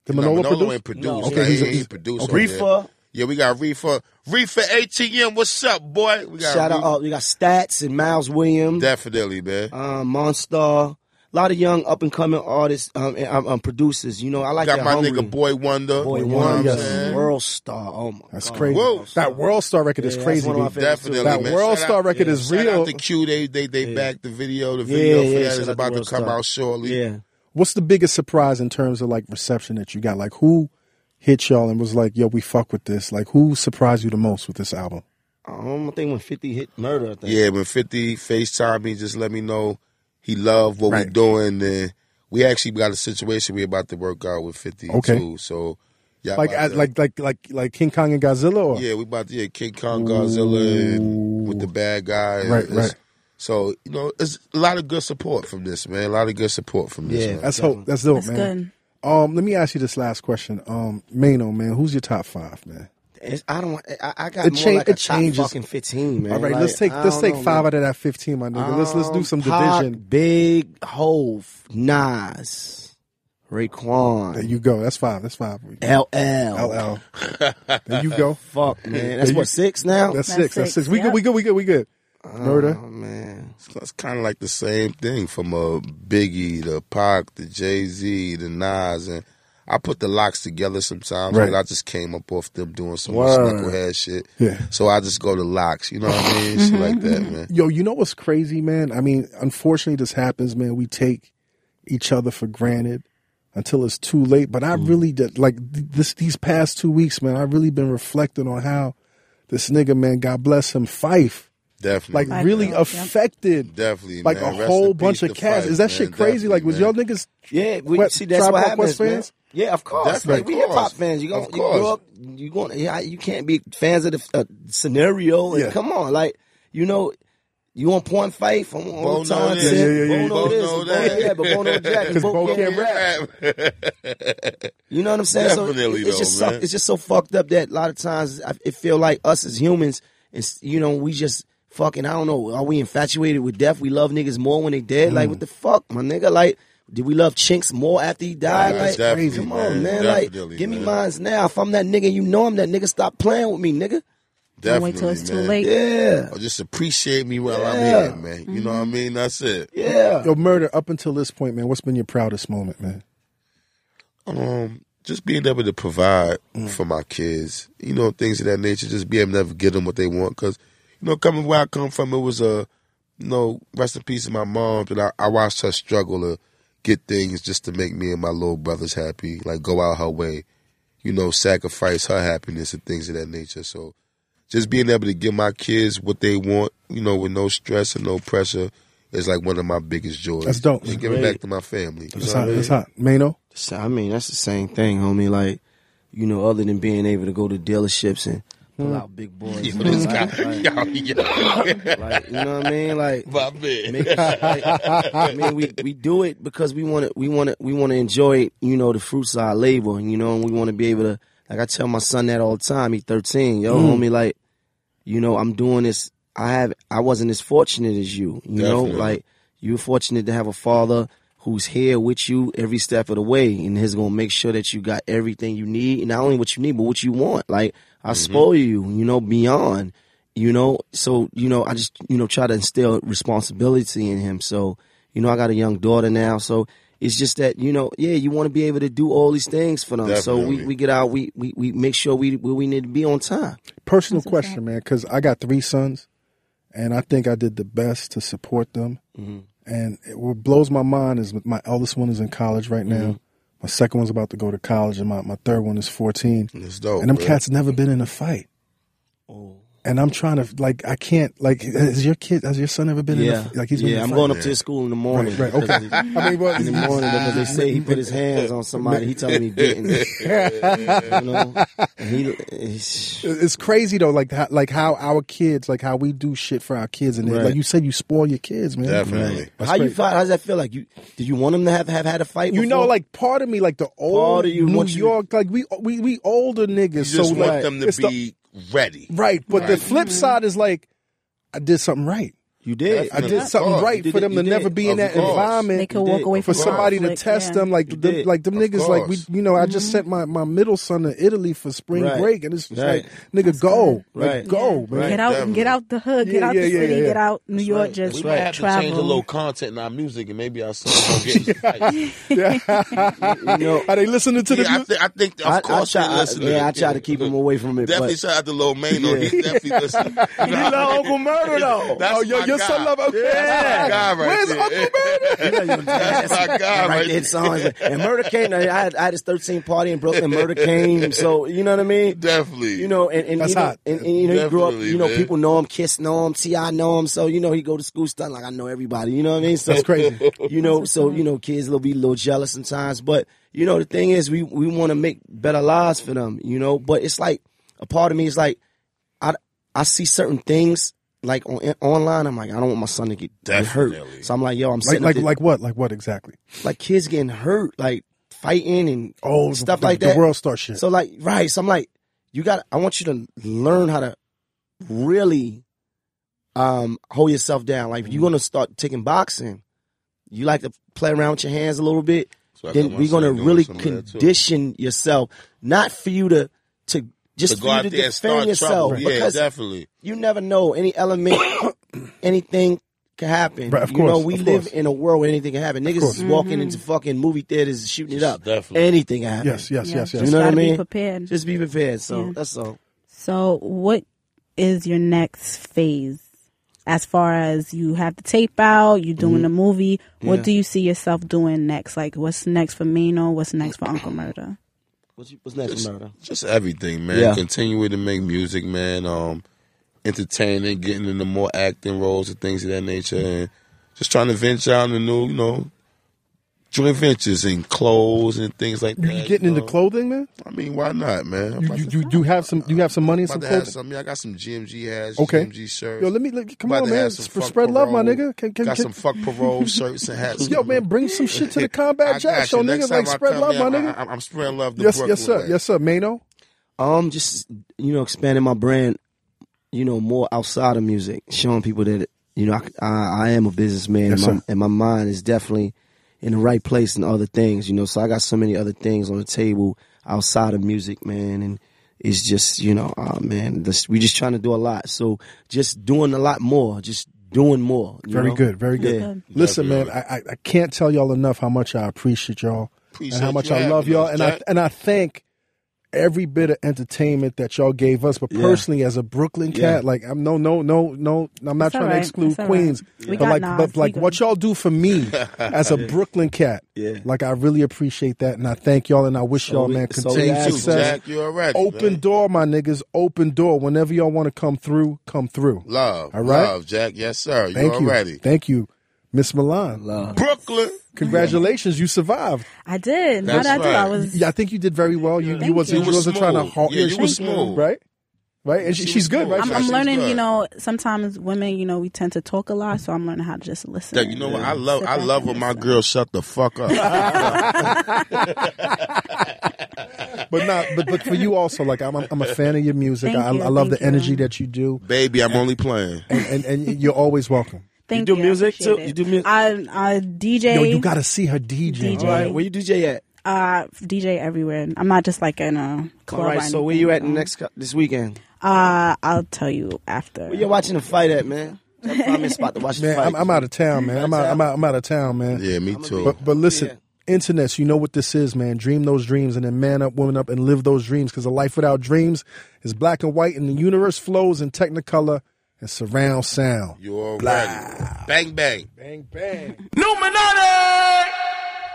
Speaker 1: Did
Speaker 2: no,
Speaker 1: Manolo,
Speaker 2: Manolo
Speaker 1: produce?
Speaker 2: ain't produced.
Speaker 6: No.
Speaker 2: Nah,
Speaker 1: Okay, he's
Speaker 2: he
Speaker 1: a-
Speaker 2: ain't produced. on there.
Speaker 6: Reefa.
Speaker 2: Yeah, we got Reefa. Reefa ATM, what's up, boy? We got
Speaker 6: Shout out.
Speaker 2: Reefa.
Speaker 6: Oh, we got Stats and Miles Williams.
Speaker 2: Definitely, man.
Speaker 6: um, Monstar. A lot of young up and coming artists um, and um, um, producers. You know, I like
Speaker 2: got
Speaker 6: that
Speaker 2: my
Speaker 6: hungry.
Speaker 2: nigga Boy Wonder.
Speaker 6: Boy
Speaker 2: you know
Speaker 6: Wonder,
Speaker 2: what I'm
Speaker 1: Yes.
Speaker 2: saying?
Speaker 6: world star. Oh my
Speaker 1: That's
Speaker 6: God.
Speaker 1: crazy.
Speaker 2: Whoa.
Speaker 1: That World Star record
Speaker 6: Yeah,
Speaker 1: is
Speaker 6: that's
Speaker 1: craving. crazy.
Speaker 6: one of my
Speaker 1: B.
Speaker 6: favorites,
Speaker 2: Definitely,
Speaker 6: too.
Speaker 1: That
Speaker 2: man.
Speaker 1: World
Speaker 2: Shout
Speaker 1: Star
Speaker 2: out-
Speaker 1: record is
Speaker 2: Shout
Speaker 1: real.
Speaker 2: out to Q. They they they backed the video. The video
Speaker 6: yeah,
Speaker 2: for
Speaker 6: shout
Speaker 2: that is
Speaker 6: out
Speaker 2: about
Speaker 6: to
Speaker 2: to
Speaker 6: World
Speaker 2: come
Speaker 6: Star.
Speaker 2: out shortly.
Speaker 6: Yeah.
Speaker 1: What's the biggest surprise in terms of like reception that you got? Like who hit y'all and was like, "Yo, we fuck with this." Like who surprised you the most with this album?
Speaker 6: Um, I think when Fifty hit Murder, I think.
Speaker 2: Yeah, when 50 FaceTime me, just let me know he loved what
Speaker 1: Right.
Speaker 2: we're doing. And we actually got a situation we're about to work out with 50
Speaker 1: Okay.
Speaker 2: too. So, yeah,
Speaker 1: Like
Speaker 2: about
Speaker 1: as,
Speaker 2: to-
Speaker 1: like like like like King Kong and Godzilla. Or?
Speaker 2: yeah, we about to yeah, King Kong Godzilla and with the bad guy. and
Speaker 1: Right,
Speaker 2: it's-
Speaker 1: right.
Speaker 2: So you know, it's a lot of good support from this man. A lot of good support from this
Speaker 6: Yeah.
Speaker 2: man.
Speaker 1: That's hope. That's dope,
Speaker 5: That's
Speaker 1: man. Um, let me ask you this last question. Um, Mano, man, who's your top five, man?
Speaker 6: It's, I don't. I, I got
Speaker 1: It
Speaker 6: more
Speaker 1: change-
Speaker 6: like a
Speaker 1: it changes.
Speaker 6: top fucking fifteen, man.
Speaker 1: All right,
Speaker 6: Like,
Speaker 1: let's take
Speaker 6: I
Speaker 1: let's
Speaker 6: don't
Speaker 1: take
Speaker 6: know,
Speaker 1: five
Speaker 6: man.
Speaker 1: out of that fifteen, my nigga. let's let's do
Speaker 6: Um,
Speaker 1: some
Speaker 6: Pac,
Speaker 1: division.
Speaker 6: Big Hove, Nas,
Speaker 1: There
Speaker 6: Raekwon,
Speaker 1: you go. That's five. That's five.
Speaker 6: LL.
Speaker 1: LL. there you go.
Speaker 6: Fuck man, that's
Speaker 1: you-
Speaker 6: what six now.
Speaker 1: That's, six. That's six. We
Speaker 5: yeah.
Speaker 1: good. We good. We good. We good. Murder.
Speaker 6: oh man.
Speaker 2: So it's kind of like the same thing from a Biggie to Pac to Jay Z to Nas, and I put the locks together sometimes.
Speaker 1: Right.
Speaker 2: But I just came up off them doing some
Speaker 6: Word.
Speaker 2: knucklehead shit.
Speaker 1: Yeah.
Speaker 2: So I just go to locks. You know what I mean?
Speaker 5: Mm-hmm,
Speaker 2: Shit like that, man.
Speaker 1: Yo, you know what's crazy, man? I mean, unfortunately, this happens, man. We take each other for granted until it's too late. But I
Speaker 2: Mm.
Speaker 1: really did like th- this. These past two weeks, man, I really been reflecting on how this nigga, man, God bless him, Fife.
Speaker 2: Definitely.
Speaker 1: like
Speaker 5: Like,
Speaker 1: really
Speaker 5: yeah.
Speaker 1: affected
Speaker 2: Definitely,
Speaker 1: like
Speaker 2: man.
Speaker 1: a
Speaker 2: Rest
Speaker 1: whole
Speaker 2: in peace
Speaker 1: bunch of
Speaker 2: to
Speaker 1: cats.
Speaker 2: Fife,
Speaker 1: Is that
Speaker 2: man.
Speaker 1: shit crazy? Like, was y'all
Speaker 2: Definitely,
Speaker 1: niggas?
Speaker 6: Yeah, we
Speaker 1: West-
Speaker 6: see that's
Speaker 1: Tribe
Speaker 6: what
Speaker 1: Called
Speaker 6: happens,
Speaker 1: Quest
Speaker 6: man.
Speaker 1: fans?
Speaker 6: Yeah, of course.
Speaker 2: Definitely,
Speaker 6: like we
Speaker 2: of
Speaker 6: hip hop
Speaker 2: course.
Speaker 6: fans. You gonna
Speaker 2: Of
Speaker 6: you grow
Speaker 2: course.
Speaker 6: up. You going yeah, you can't be fans of the uh, scenario. And
Speaker 1: Yeah.
Speaker 6: come on, like you know, you on point fight from
Speaker 2: Bo
Speaker 6: all
Speaker 2: know
Speaker 6: time.
Speaker 2: this.
Speaker 1: Yeah, yeah, yeah, yeah.
Speaker 6: Bono this,
Speaker 2: Bo
Speaker 6: and
Speaker 2: know
Speaker 6: Bono
Speaker 2: that.
Speaker 6: that, but Bono Jack, and
Speaker 1: 'Cause
Speaker 6: Bo
Speaker 1: Bo
Speaker 6: can't
Speaker 1: can't
Speaker 6: rap. You know what I'm saying?
Speaker 2: Definitely
Speaker 6: so it- it's
Speaker 2: though,
Speaker 6: just
Speaker 2: man.
Speaker 6: suck- it's just so fucked up that a lot of times I- it feel like us as humans, it's you know we just fucking I don't know. Are we infatuated with death? We love niggas more when they dead. Like
Speaker 2: Mm.
Speaker 6: what the fuck, my nigga? Like did we love Chinks more after he died?
Speaker 2: Yeah,
Speaker 6: like
Speaker 2: definitely,
Speaker 6: come on, man.
Speaker 2: man.
Speaker 6: Like
Speaker 2: Definitely,
Speaker 6: give me
Speaker 2: man.
Speaker 6: mines now. If I'm that nigga, you know I'm that nigga. Stop playing with me, nigga.
Speaker 5: Don't wait till
Speaker 2: Definitely,
Speaker 5: it's too
Speaker 2: man.
Speaker 5: late.
Speaker 6: Yeah,
Speaker 2: Or just appreciate me while
Speaker 6: Yeah.
Speaker 2: I'm here, man. You know
Speaker 5: Mm-hmm.
Speaker 2: what I mean? That's it.
Speaker 6: yeah.
Speaker 1: Yo, murder. Up until this point, man, what's been your proudest moment, man?
Speaker 2: Um, just being able to provide
Speaker 1: Mm.
Speaker 2: for my kids, you know, things of that nature. Just be able to get them what they want, because you know, coming where I come from, it was a you know, rest in peace to my mom. But I, I watched her struggle to get things just to make me and my little brothers happy. Like go out her way, you know, sacrifice her happiness and things of that nature. So just being able to give my kids what they want, you know, with no stress and no pressure, is like one of my biggest joys.
Speaker 1: That's dope, man.
Speaker 2: And giving back to my family.
Speaker 1: It's hot. It's hot. Mano.
Speaker 6: So, I mean, that's the same thing, homie. Like, you know, other than being able to go to dealerships and pull out big boys,
Speaker 2: Yo,
Speaker 6: and
Speaker 2: this
Speaker 6: all that,
Speaker 2: guy,
Speaker 6: like-
Speaker 2: yo, yo,
Speaker 6: like, you know what I mean? Like,
Speaker 2: my man.
Speaker 6: make, like, I mean, we, we do it because we want to we want to we want to enjoy you know the fruits of our labor, you know, and we want to be able to. Like I tell my son that all the time. He 13, yo, homie. Like, you know, I'm doing this. I have I wasn't as fortunate as you, you know.
Speaker 2: Definitely.
Speaker 6: Like, you're fortunate to have a father who's here with you every step of the way, and he's gonna make sure that you got everything you need, and not only what you need, but what you want. Like,
Speaker 2: Mm-hmm.
Speaker 6: I spoil you, you know, beyond you know so you know i just you know try to instill responsibility in him so you know i got a young daughter now so it's just that you know yeah you want to be able to do all these things for them so we,
Speaker 2: Definitely.
Speaker 6: we get out we, we we make sure we where we need to be on time
Speaker 1: Personal question, man, because I got three sons, and I think I did the best to support them.
Speaker 6: Mm-hmm.
Speaker 1: And it, what blows my mind is my eldest one is in college right now.
Speaker 6: Mm-hmm.
Speaker 1: My second one's about to go to college, and my, my third one is fourteen.
Speaker 6: Oh,
Speaker 2: That's dope.
Speaker 1: and them
Speaker 2: bro.
Speaker 1: cats never been in a fight. And I'm trying to like I can't like has your kid has your son ever been in a, like he's been in
Speaker 6: yeah
Speaker 1: a
Speaker 6: i'm
Speaker 1: fight?
Speaker 6: going up to his school in the morning
Speaker 1: Right, right,
Speaker 6: because
Speaker 1: okay.
Speaker 6: they-
Speaker 1: I mean, well,
Speaker 6: in the morning because they say he put his hands on somebody he told me he didn't you know and he it's-
Speaker 1: it's crazy though, like how, like how our kids, like how we do shit for our kids, and they-
Speaker 6: Right.
Speaker 1: like you said, you spoil your kids, man.
Speaker 2: Definitely.
Speaker 1: That's
Speaker 6: how you
Speaker 1: great.
Speaker 6: feel how does that feel like you did you want him to have, have had a fight
Speaker 1: You know,
Speaker 6: before?
Speaker 1: like part of me, like the old
Speaker 6: Part of you
Speaker 1: New
Speaker 6: wants you-
Speaker 1: York, like we we we older niggas,
Speaker 2: You
Speaker 1: so
Speaker 2: just want
Speaker 1: like,
Speaker 2: them to
Speaker 1: it's the-
Speaker 2: be ready.
Speaker 1: right. But the flip side is like, I did something right.
Speaker 6: you did
Speaker 1: I
Speaker 2: Of
Speaker 1: did something
Speaker 2: course.
Speaker 1: right
Speaker 6: You
Speaker 1: for
Speaker 6: did it-
Speaker 1: them to
Speaker 6: you
Speaker 1: never
Speaker 6: did.
Speaker 1: be in
Speaker 2: Of
Speaker 1: that
Speaker 2: course.
Speaker 1: environment.
Speaker 5: They could
Speaker 6: did.
Speaker 5: walk away
Speaker 1: for
Speaker 5: from
Speaker 1: somebody to
Speaker 5: conflict,
Speaker 1: test
Speaker 5: yeah.
Speaker 1: them, like them,
Speaker 6: did.
Speaker 1: like them
Speaker 2: Of
Speaker 1: niggas, like we,
Speaker 2: course.
Speaker 1: you know, I just sent my, my middle son to Italy for spring
Speaker 6: Right.
Speaker 1: break, and it's just
Speaker 6: Right.
Speaker 1: like, nigga, go,
Speaker 6: Right.
Speaker 1: like, go,
Speaker 5: Yeah.
Speaker 1: man.
Speaker 5: Get out,
Speaker 2: Definitely.
Speaker 5: get out the hood, get
Speaker 1: Yeah,
Speaker 5: out
Speaker 1: yeah,
Speaker 5: the
Speaker 1: yeah,
Speaker 5: city,
Speaker 1: yeah.
Speaker 5: get out New York.
Speaker 6: right.
Speaker 5: Just
Speaker 2: We might have to change a
Speaker 5: travel.
Speaker 2: little content in our music, and maybe our songs will get. yeah,
Speaker 6: you know
Speaker 1: Are they listening to the
Speaker 2: I,
Speaker 1: music?
Speaker 2: thi- I think of
Speaker 6: I,
Speaker 2: course
Speaker 6: I
Speaker 2: they
Speaker 6: try,
Speaker 2: listen.
Speaker 6: I, yeah, I try to keep him away from it.
Speaker 2: Definitely
Speaker 6: but
Speaker 2: shout out to Lil Mano.
Speaker 6: Yeah.
Speaker 2: He's definitely listening.
Speaker 6: you love Uncle Murder though.
Speaker 2: That's
Speaker 1: oh, your,
Speaker 2: my
Speaker 1: your
Speaker 2: guy.
Speaker 1: son love okay.
Speaker 2: That's my guy right
Speaker 1: Where's
Speaker 2: there.
Speaker 1: Uncle Murder?
Speaker 2: That's my guy
Speaker 6: right
Speaker 2: right
Speaker 6: there, songs and Murder Kane. I had, I had his 13 party in Brooklyn. Murder Kane. So you know what I mean.
Speaker 2: Definitely.
Speaker 6: You know, and, and
Speaker 1: That's
Speaker 6: you know,
Speaker 1: hot.
Speaker 6: and, and, you know, he grew up.
Speaker 2: Definitely,
Speaker 6: You know,
Speaker 2: man.
Speaker 6: people know him, Kiss know him, Ti know him. So you know, he go to school, stuff like I know everybody. You know what I mean? So
Speaker 1: That's crazy.
Speaker 6: you know, so you know, kids will be a little jealous sometimes. But you know, the thing is, we we want to make better lives for them. You know, but it's like a part of me is like, I I see certain things like on in- online. I'm like, I don't want my son to get, get
Speaker 2: Definitely.
Speaker 6: hurt. So I'm like, yo, I'm
Speaker 1: Like,
Speaker 6: sitting
Speaker 1: like,
Speaker 6: up there-
Speaker 1: like what? Like what exactly?
Speaker 6: like kids getting hurt, like fighting and
Speaker 1: Oh,
Speaker 6: stuff
Speaker 1: the,
Speaker 6: like
Speaker 1: the
Speaker 6: that.
Speaker 1: world star shit.
Speaker 6: So like right, so I'm like, you got. I want you to learn how to really um hold yourself down. Like if
Speaker 2: Mm-hmm.
Speaker 6: you're gonna start taking boxing, you like to play around with your hands a little bit.
Speaker 2: So I got
Speaker 6: then
Speaker 2: my
Speaker 6: we're gonna
Speaker 2: son doing
Speaker 6: really
Speaker 2: some of that, too.
Speaker 6: condition yourself, not for you to to just
Speaker 2: to
Speaker 6: for
Speaker 2: go
Speaker 6: you
Speaker 2: out
Speaker 6: to
Speaker 2: there and
Speaker 6: defend
Speaker 2: start
Speaker 6: yourself
Speaker 2: trouble. Yeah,
Speaker 6: because
Speaker 2: definitely.
Speaker 6: you never know any element, anything can happen.
Speaker 1: Right, of
Speaker 6: you know,
Speaker 1: course,
Speaker 6: we
Speaker 1: of
Speaker 6: live
Speaker 1: course.
Speaker 6: in a world where anything can happen. Niggas
Speaker 1: course.
Speaker 6: is walking into fucking movie theaters and shooting it up.
Speaker 2: Mm-hmm. Definitely.
Speaker 6: Anything can happen.
Speaker 1: yes, yes,
Speaker 5: Yeah,
Speaker 1: yes,
Speaker 5: just
Speaker 1: yes.
Speaker 6: You know what I
Speaker 5: gotta
Speaker 6: mean?
Speaker 5: Be prepared.
Speaker 6: Just be prepared. So
Speaker 5: Yeah.
Speaker 6: that's all.
Speaker 5: So, what is your next phase? As far as you have the tape out, you doing a movie. What
Speaker 6: Yeah.
Speaker 5: do you see yourself doing next? Like, what's next for Mino? What's next for Uncle Murder?
Speaker 6: What's, what's next,
Speaker 2: Just-
Speaker 6: Murder?
Speaker 2: Just everything, man.
Speaker 6: Yeah.
Speaker 2: Continuing to make music, man. Um, entertaining, getting into more acting roles and things of that nature, and just trying to venture out into new, you know, joint ventures and clothes and things like
Speaker 1: You
Speaker 2: that.
Speaker 1: getting
Speaker 2: you
Speaker 1: into
Speaker 2: know.
Speaker 1: clothing, man?
Speaker 2: I mean, why not, man? I'm
Speaker 1: You,
Speaker 2: about
Speaker 1: you,
Speaker 2: to-
Speaker 1: you, you have some you have some money and some
Speaker 2: about to have
Speaker 1: clothing.
Speaker 2: some. Yeah, I got some GMG hats,
Speaker 1: Okay.
Speaker 2: GMG shirts.
Speaker 1: Yo, let me let, come
Speaker 2: About
Speaker 1: on,
Speaker 2: to have
Speaker 1: man.
Speaker 2: some
Speaker 1: Sp-
Speaker 2: fuck
Speaker 1: Spread love, my
Speaker 2: parole.
Speaker 1: nigga. Can, can,
Speaker 2: got
Speaker 1: can-
Speaker 2: some fuck parole shirts and hats.
Speaker 1: yo, man, bring some shit to the combat
Speaker 2: I got
Speaker 1: jazz show,
Speaker 2: you. Next
Speaker 1: nigga.
Speaker 2: time
Speaker 1: Like
Speaker 2: I
Speaker 1: spread
Speaker 2: come
Speaker 1: love,
Speaker 2: in,
Speaker 1: my nigga.
Speaker 2: I, I, am spreading love. The
Speaker 1: yes,
Speaker 2: Brooklyn
Speaker 1: yes, sir.
Speaker 2: way.
Speaker 1: Yes, sir. Mano.
Speaker 6: Um, just you know, expanding my brand, you know, more outside of music, showing people that you know I c- I, I am a businessman,
Speaker 1: Yes,
Speaker 6: and,
Speaker 1: sir.
Speaker 6: my, and my mind is definitely in the right place and other things, you know. So I got so many other things on the table outside of music, man, and it's just you know, ah man, this, we just trying to do a lot. So just doing a lot more, just doing more. you
Speaker 1: Very
Speaker 6: know?
Speaker 1: good. Very good.
Speaker 6: Yeah.
Speaker 1: Listen, man, I, I I can't tell y'all enough how much I appreciate y'all and how
Speaker 2: Appreciate
Speaker 1: much
Speaker 2: you
Speaker 1: I love
Speaker 2: having
Speaker 1: y'all,
Speaker 2: us,
Speaker 1: and I
Speaker 2: Jack.
Speaker 1: and I thank every bit of entertainment that y'all gave us. But personally, as a Brooklyn cat,
Speaker 6: Yeah.
Speaker 1: like I'm no no no no, I'm not
Speaker 5: It's all
Speaker 1: trying to
Speaker 5: right.
Speaker 1: exclude
Speaker 5: It's all
Speaker 1: Queens,
Speaker 5: right. We
Speaker 1: but
Speaker 5: got
Speaker 1: like
Speaker 5: Nas.
Speaker 1: but
Speaker 5: We
Speaker 1: like
Speaker 5: good.
Speaker 1: what y'all do for me as a Brooklyn cat,
Speaker 6: Yeah.
Speaker 1: like I really appreciate that, and I thank y'all, and I wish y'all
Speaker 6: we-
Speaker 1: man
Speaker 6: so we
Speaker 1: continued
Speaker 6: ask you,
Speaker 2: You,
Speaker 1: success.
Speaker 2: Jack, you're all right.
Speaker 1: Open
Speaker 2: man.
Speaker 1: door, my niggas. Open door. Whenever y'all want to come through, come through.
Speaker 2: love.
Speaker 1: All right.
Speaker 2: love, Jack. Yes, sir.
Speaker 1: Thank
Speaker 2: you're
Speaker 1: you.
Speaker 2: ready.
Speaker 1: Thank you, Miss Milan.
Speaker 6: Love.
Speaker 2: Brooklyn.
Speaker 1: Congratulations, you survived.
Speaker 5: I did. How
Speaker 2: That's
Speaker 5: did I do? I
Speaker 2: right.
Speaker 5: was.
Speaker 1: Yeah, I think you did very well. You you
Speaker 5: Thank
Speaker 1: was
Speaker 5: you.
Speaker 1: you
Speaker 5: You were
Speaker 1: wasn't trying to
Speaker 2: smooth.
Speaker 1: halt
Speaker 2: Yeah, you were smooth.
Speaker 1: right? Right, and
Speaker 2: She
Speaker 1: she,
Speaker 2: was
Speaker 1: she's good,
Speaker 2: smooth.
Speaker 1: right?
Speaker 5: I'm,
Speaker 2: Yeah,
Speaker 5: I'm
Speaker 2: she's
Speaker 5: learning,
Speaker 2: good.
Speaker 5: you know, sometimes women, you know, we tend to talk a lot, so I'm learning how to just listen.
Speaker 2: Jack, you know what? I love.
Speaker 5: Sit
Speaker 2: I
Speaker 5: back
Speaker 2: love
Speaker 5: and
Speaker 2: when my
Speaker 5: listen.
Speaker 2: girl shut the fuck up.
Speaker 1: but not, but but for you also, like I'm I'm I'm a fan of your music.
Speaker 5: Thank
Speaker 1: I,
Speaker 5: you,
Speaker 1: I love the
Speaker 5: thank you.
Speaker 1: energy that you do,
Speaker 2: Baby, I'm only playing.
Speaker 1: and, and and you're always welcome.
Speaker 5: Thank
Speaker 6: do
Speaker 5: you. I
Speaker 6: music,
Speaker 5: appreciate
Speaker 6: too?
Speaker 5: it.
Speaker 6: You do music?
Speaker 5: I, I DJ.
Speaker 1: Yo, you gotta see her DJ.
Speaker 5: DJ.
Speaker 6: All right, where you DJ at?
Speaker 5: uh, DJ everywhere. I'm not just like in a club.
Speaker 6: All right,
Speaker 5: or
Speaker 6: so where
Speaker 5: anything,
Speaker 6: you at
Speaker 5: so.
Speaker 6: next co- this weekend?
Speaker 5: Uh, I'll tell you after.
Speaker 6: Where you watching the fight at, man? Find me a spot to watch the
Speaker 1: Man,
Speaker 6: fight.
Speaker 1: I'm, I'm out of town, man. I'm out, I'm out I'm out of town, man.
Speaker 2: Yeah, me too.
Speaker 1: But but listen,
Speaker 6: Yeah.
Speaker 1: internets, you know what this is, man. Dream those dreams and then man up, woman up, and live those dreams. Because a life without dreams is black and white, and the universe flows in technicolor and surround sound.
Speaker 2: you're ready. Bang bang.
Speaker 1: Bang bang.
Speaker 2: Numinati.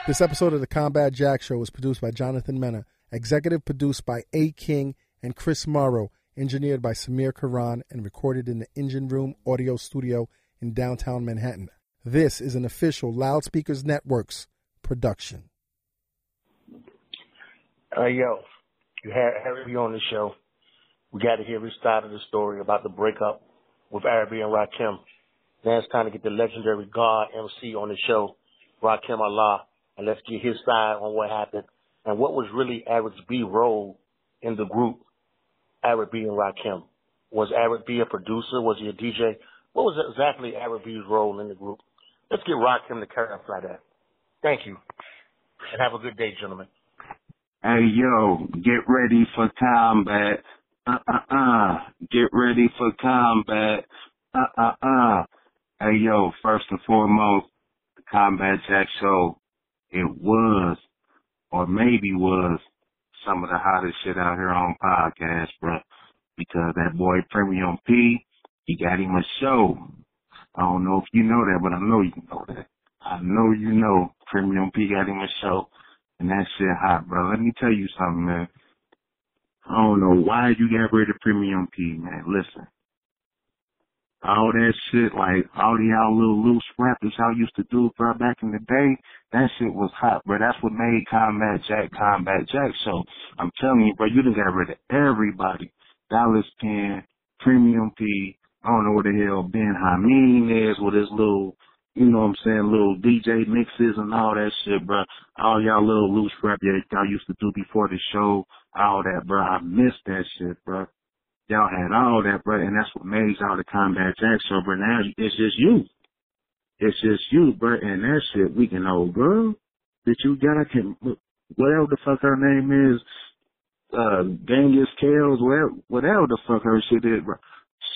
Speaker 1: This episode of the Combat Jack Show was produced by Jonathan Mena, executive produced by A. King and Chris Morrow, engineered by Samir Karan, and recorded in the Engine Room Audio Studio in downtown Manhattan. This is an official Loudspeakers Networks production.
Speaker 7: Uh, yo, you had Harry on the show. We got to hear his side of the story about the breakup with Arabi and Rakim. Now it's time to get the legendary God MC on the show, Rakim Allah, and let's get his side on what happened and what was really Arab's B role in the group, Arab B and Rakim. Was Arab B a producer? Was he a DJ? What was exactly Arab B's role in the group? Let's get Rakim to clarify that. Thank you, and have a good day, gentlemen.
Speaker 8: Hey yo, get ready for combat. Uh uh uh. Get ready for combat. Uh uh uh. Hey yo, first and foremost, the Combat Jack Show, it was, or maybe was, some of the hottest shit out here on podcast, bruh. Because that boy Premium P, he got him a show. I don't know if you know that, but I know you know that. I know you know Premium P got him a show. And that shit hot, bro. Let me tell you something, man. I don't know why you got rid of Premium P, man. Listen. All that shit, like all the y'all little loose rap that y'all used to do, bro, back in the day, that shit was hot, bro. That's what made Combat Jack Combat Jack. So I'm telling you, bro, you done got rid of everybody. Dallas Penn, Premium P, I don't know what the hell Ben Hameen is with his little, you know what I'm saying, little DJ mixes and all that shit, bro all y'all little loose rap that y'all used to do before the show, all that, bro. I miss that shit, bro. Y'all had all that, bro, and that's what made y'all the Combat Jack show, bro. Now it's just you. It's just you, bro, and that shit, we can old girl that you got can, whatever the fuck her name is, uh, Genghis Kales, whatever, whatever the fuck her shit is, bro.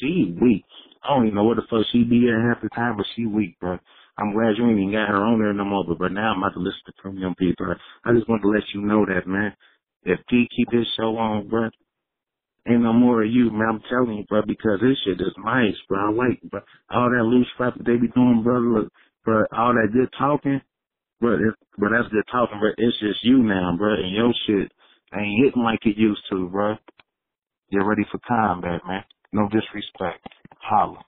Speaker 8: She weak. I don't even know what the fuck she be at half the time, but she weak, bro. I'm glad you ain't even got her on there no more, but, but now I'm about to listen to Premium P, bro. I just want to let you know that, man. If P keep his show on, bro, ain't no more of you, man. I'm telling you, bro, because this shit is nice, bro. I like, bro. All that loose crap that they be doing, bro, look, bro, all that good talking, bro, it, bro, that's good talking, bro. It's just you now, bro, and your shit ain't hitting like it used to, bro. Get ready for combat, man. No disrespect. Holla.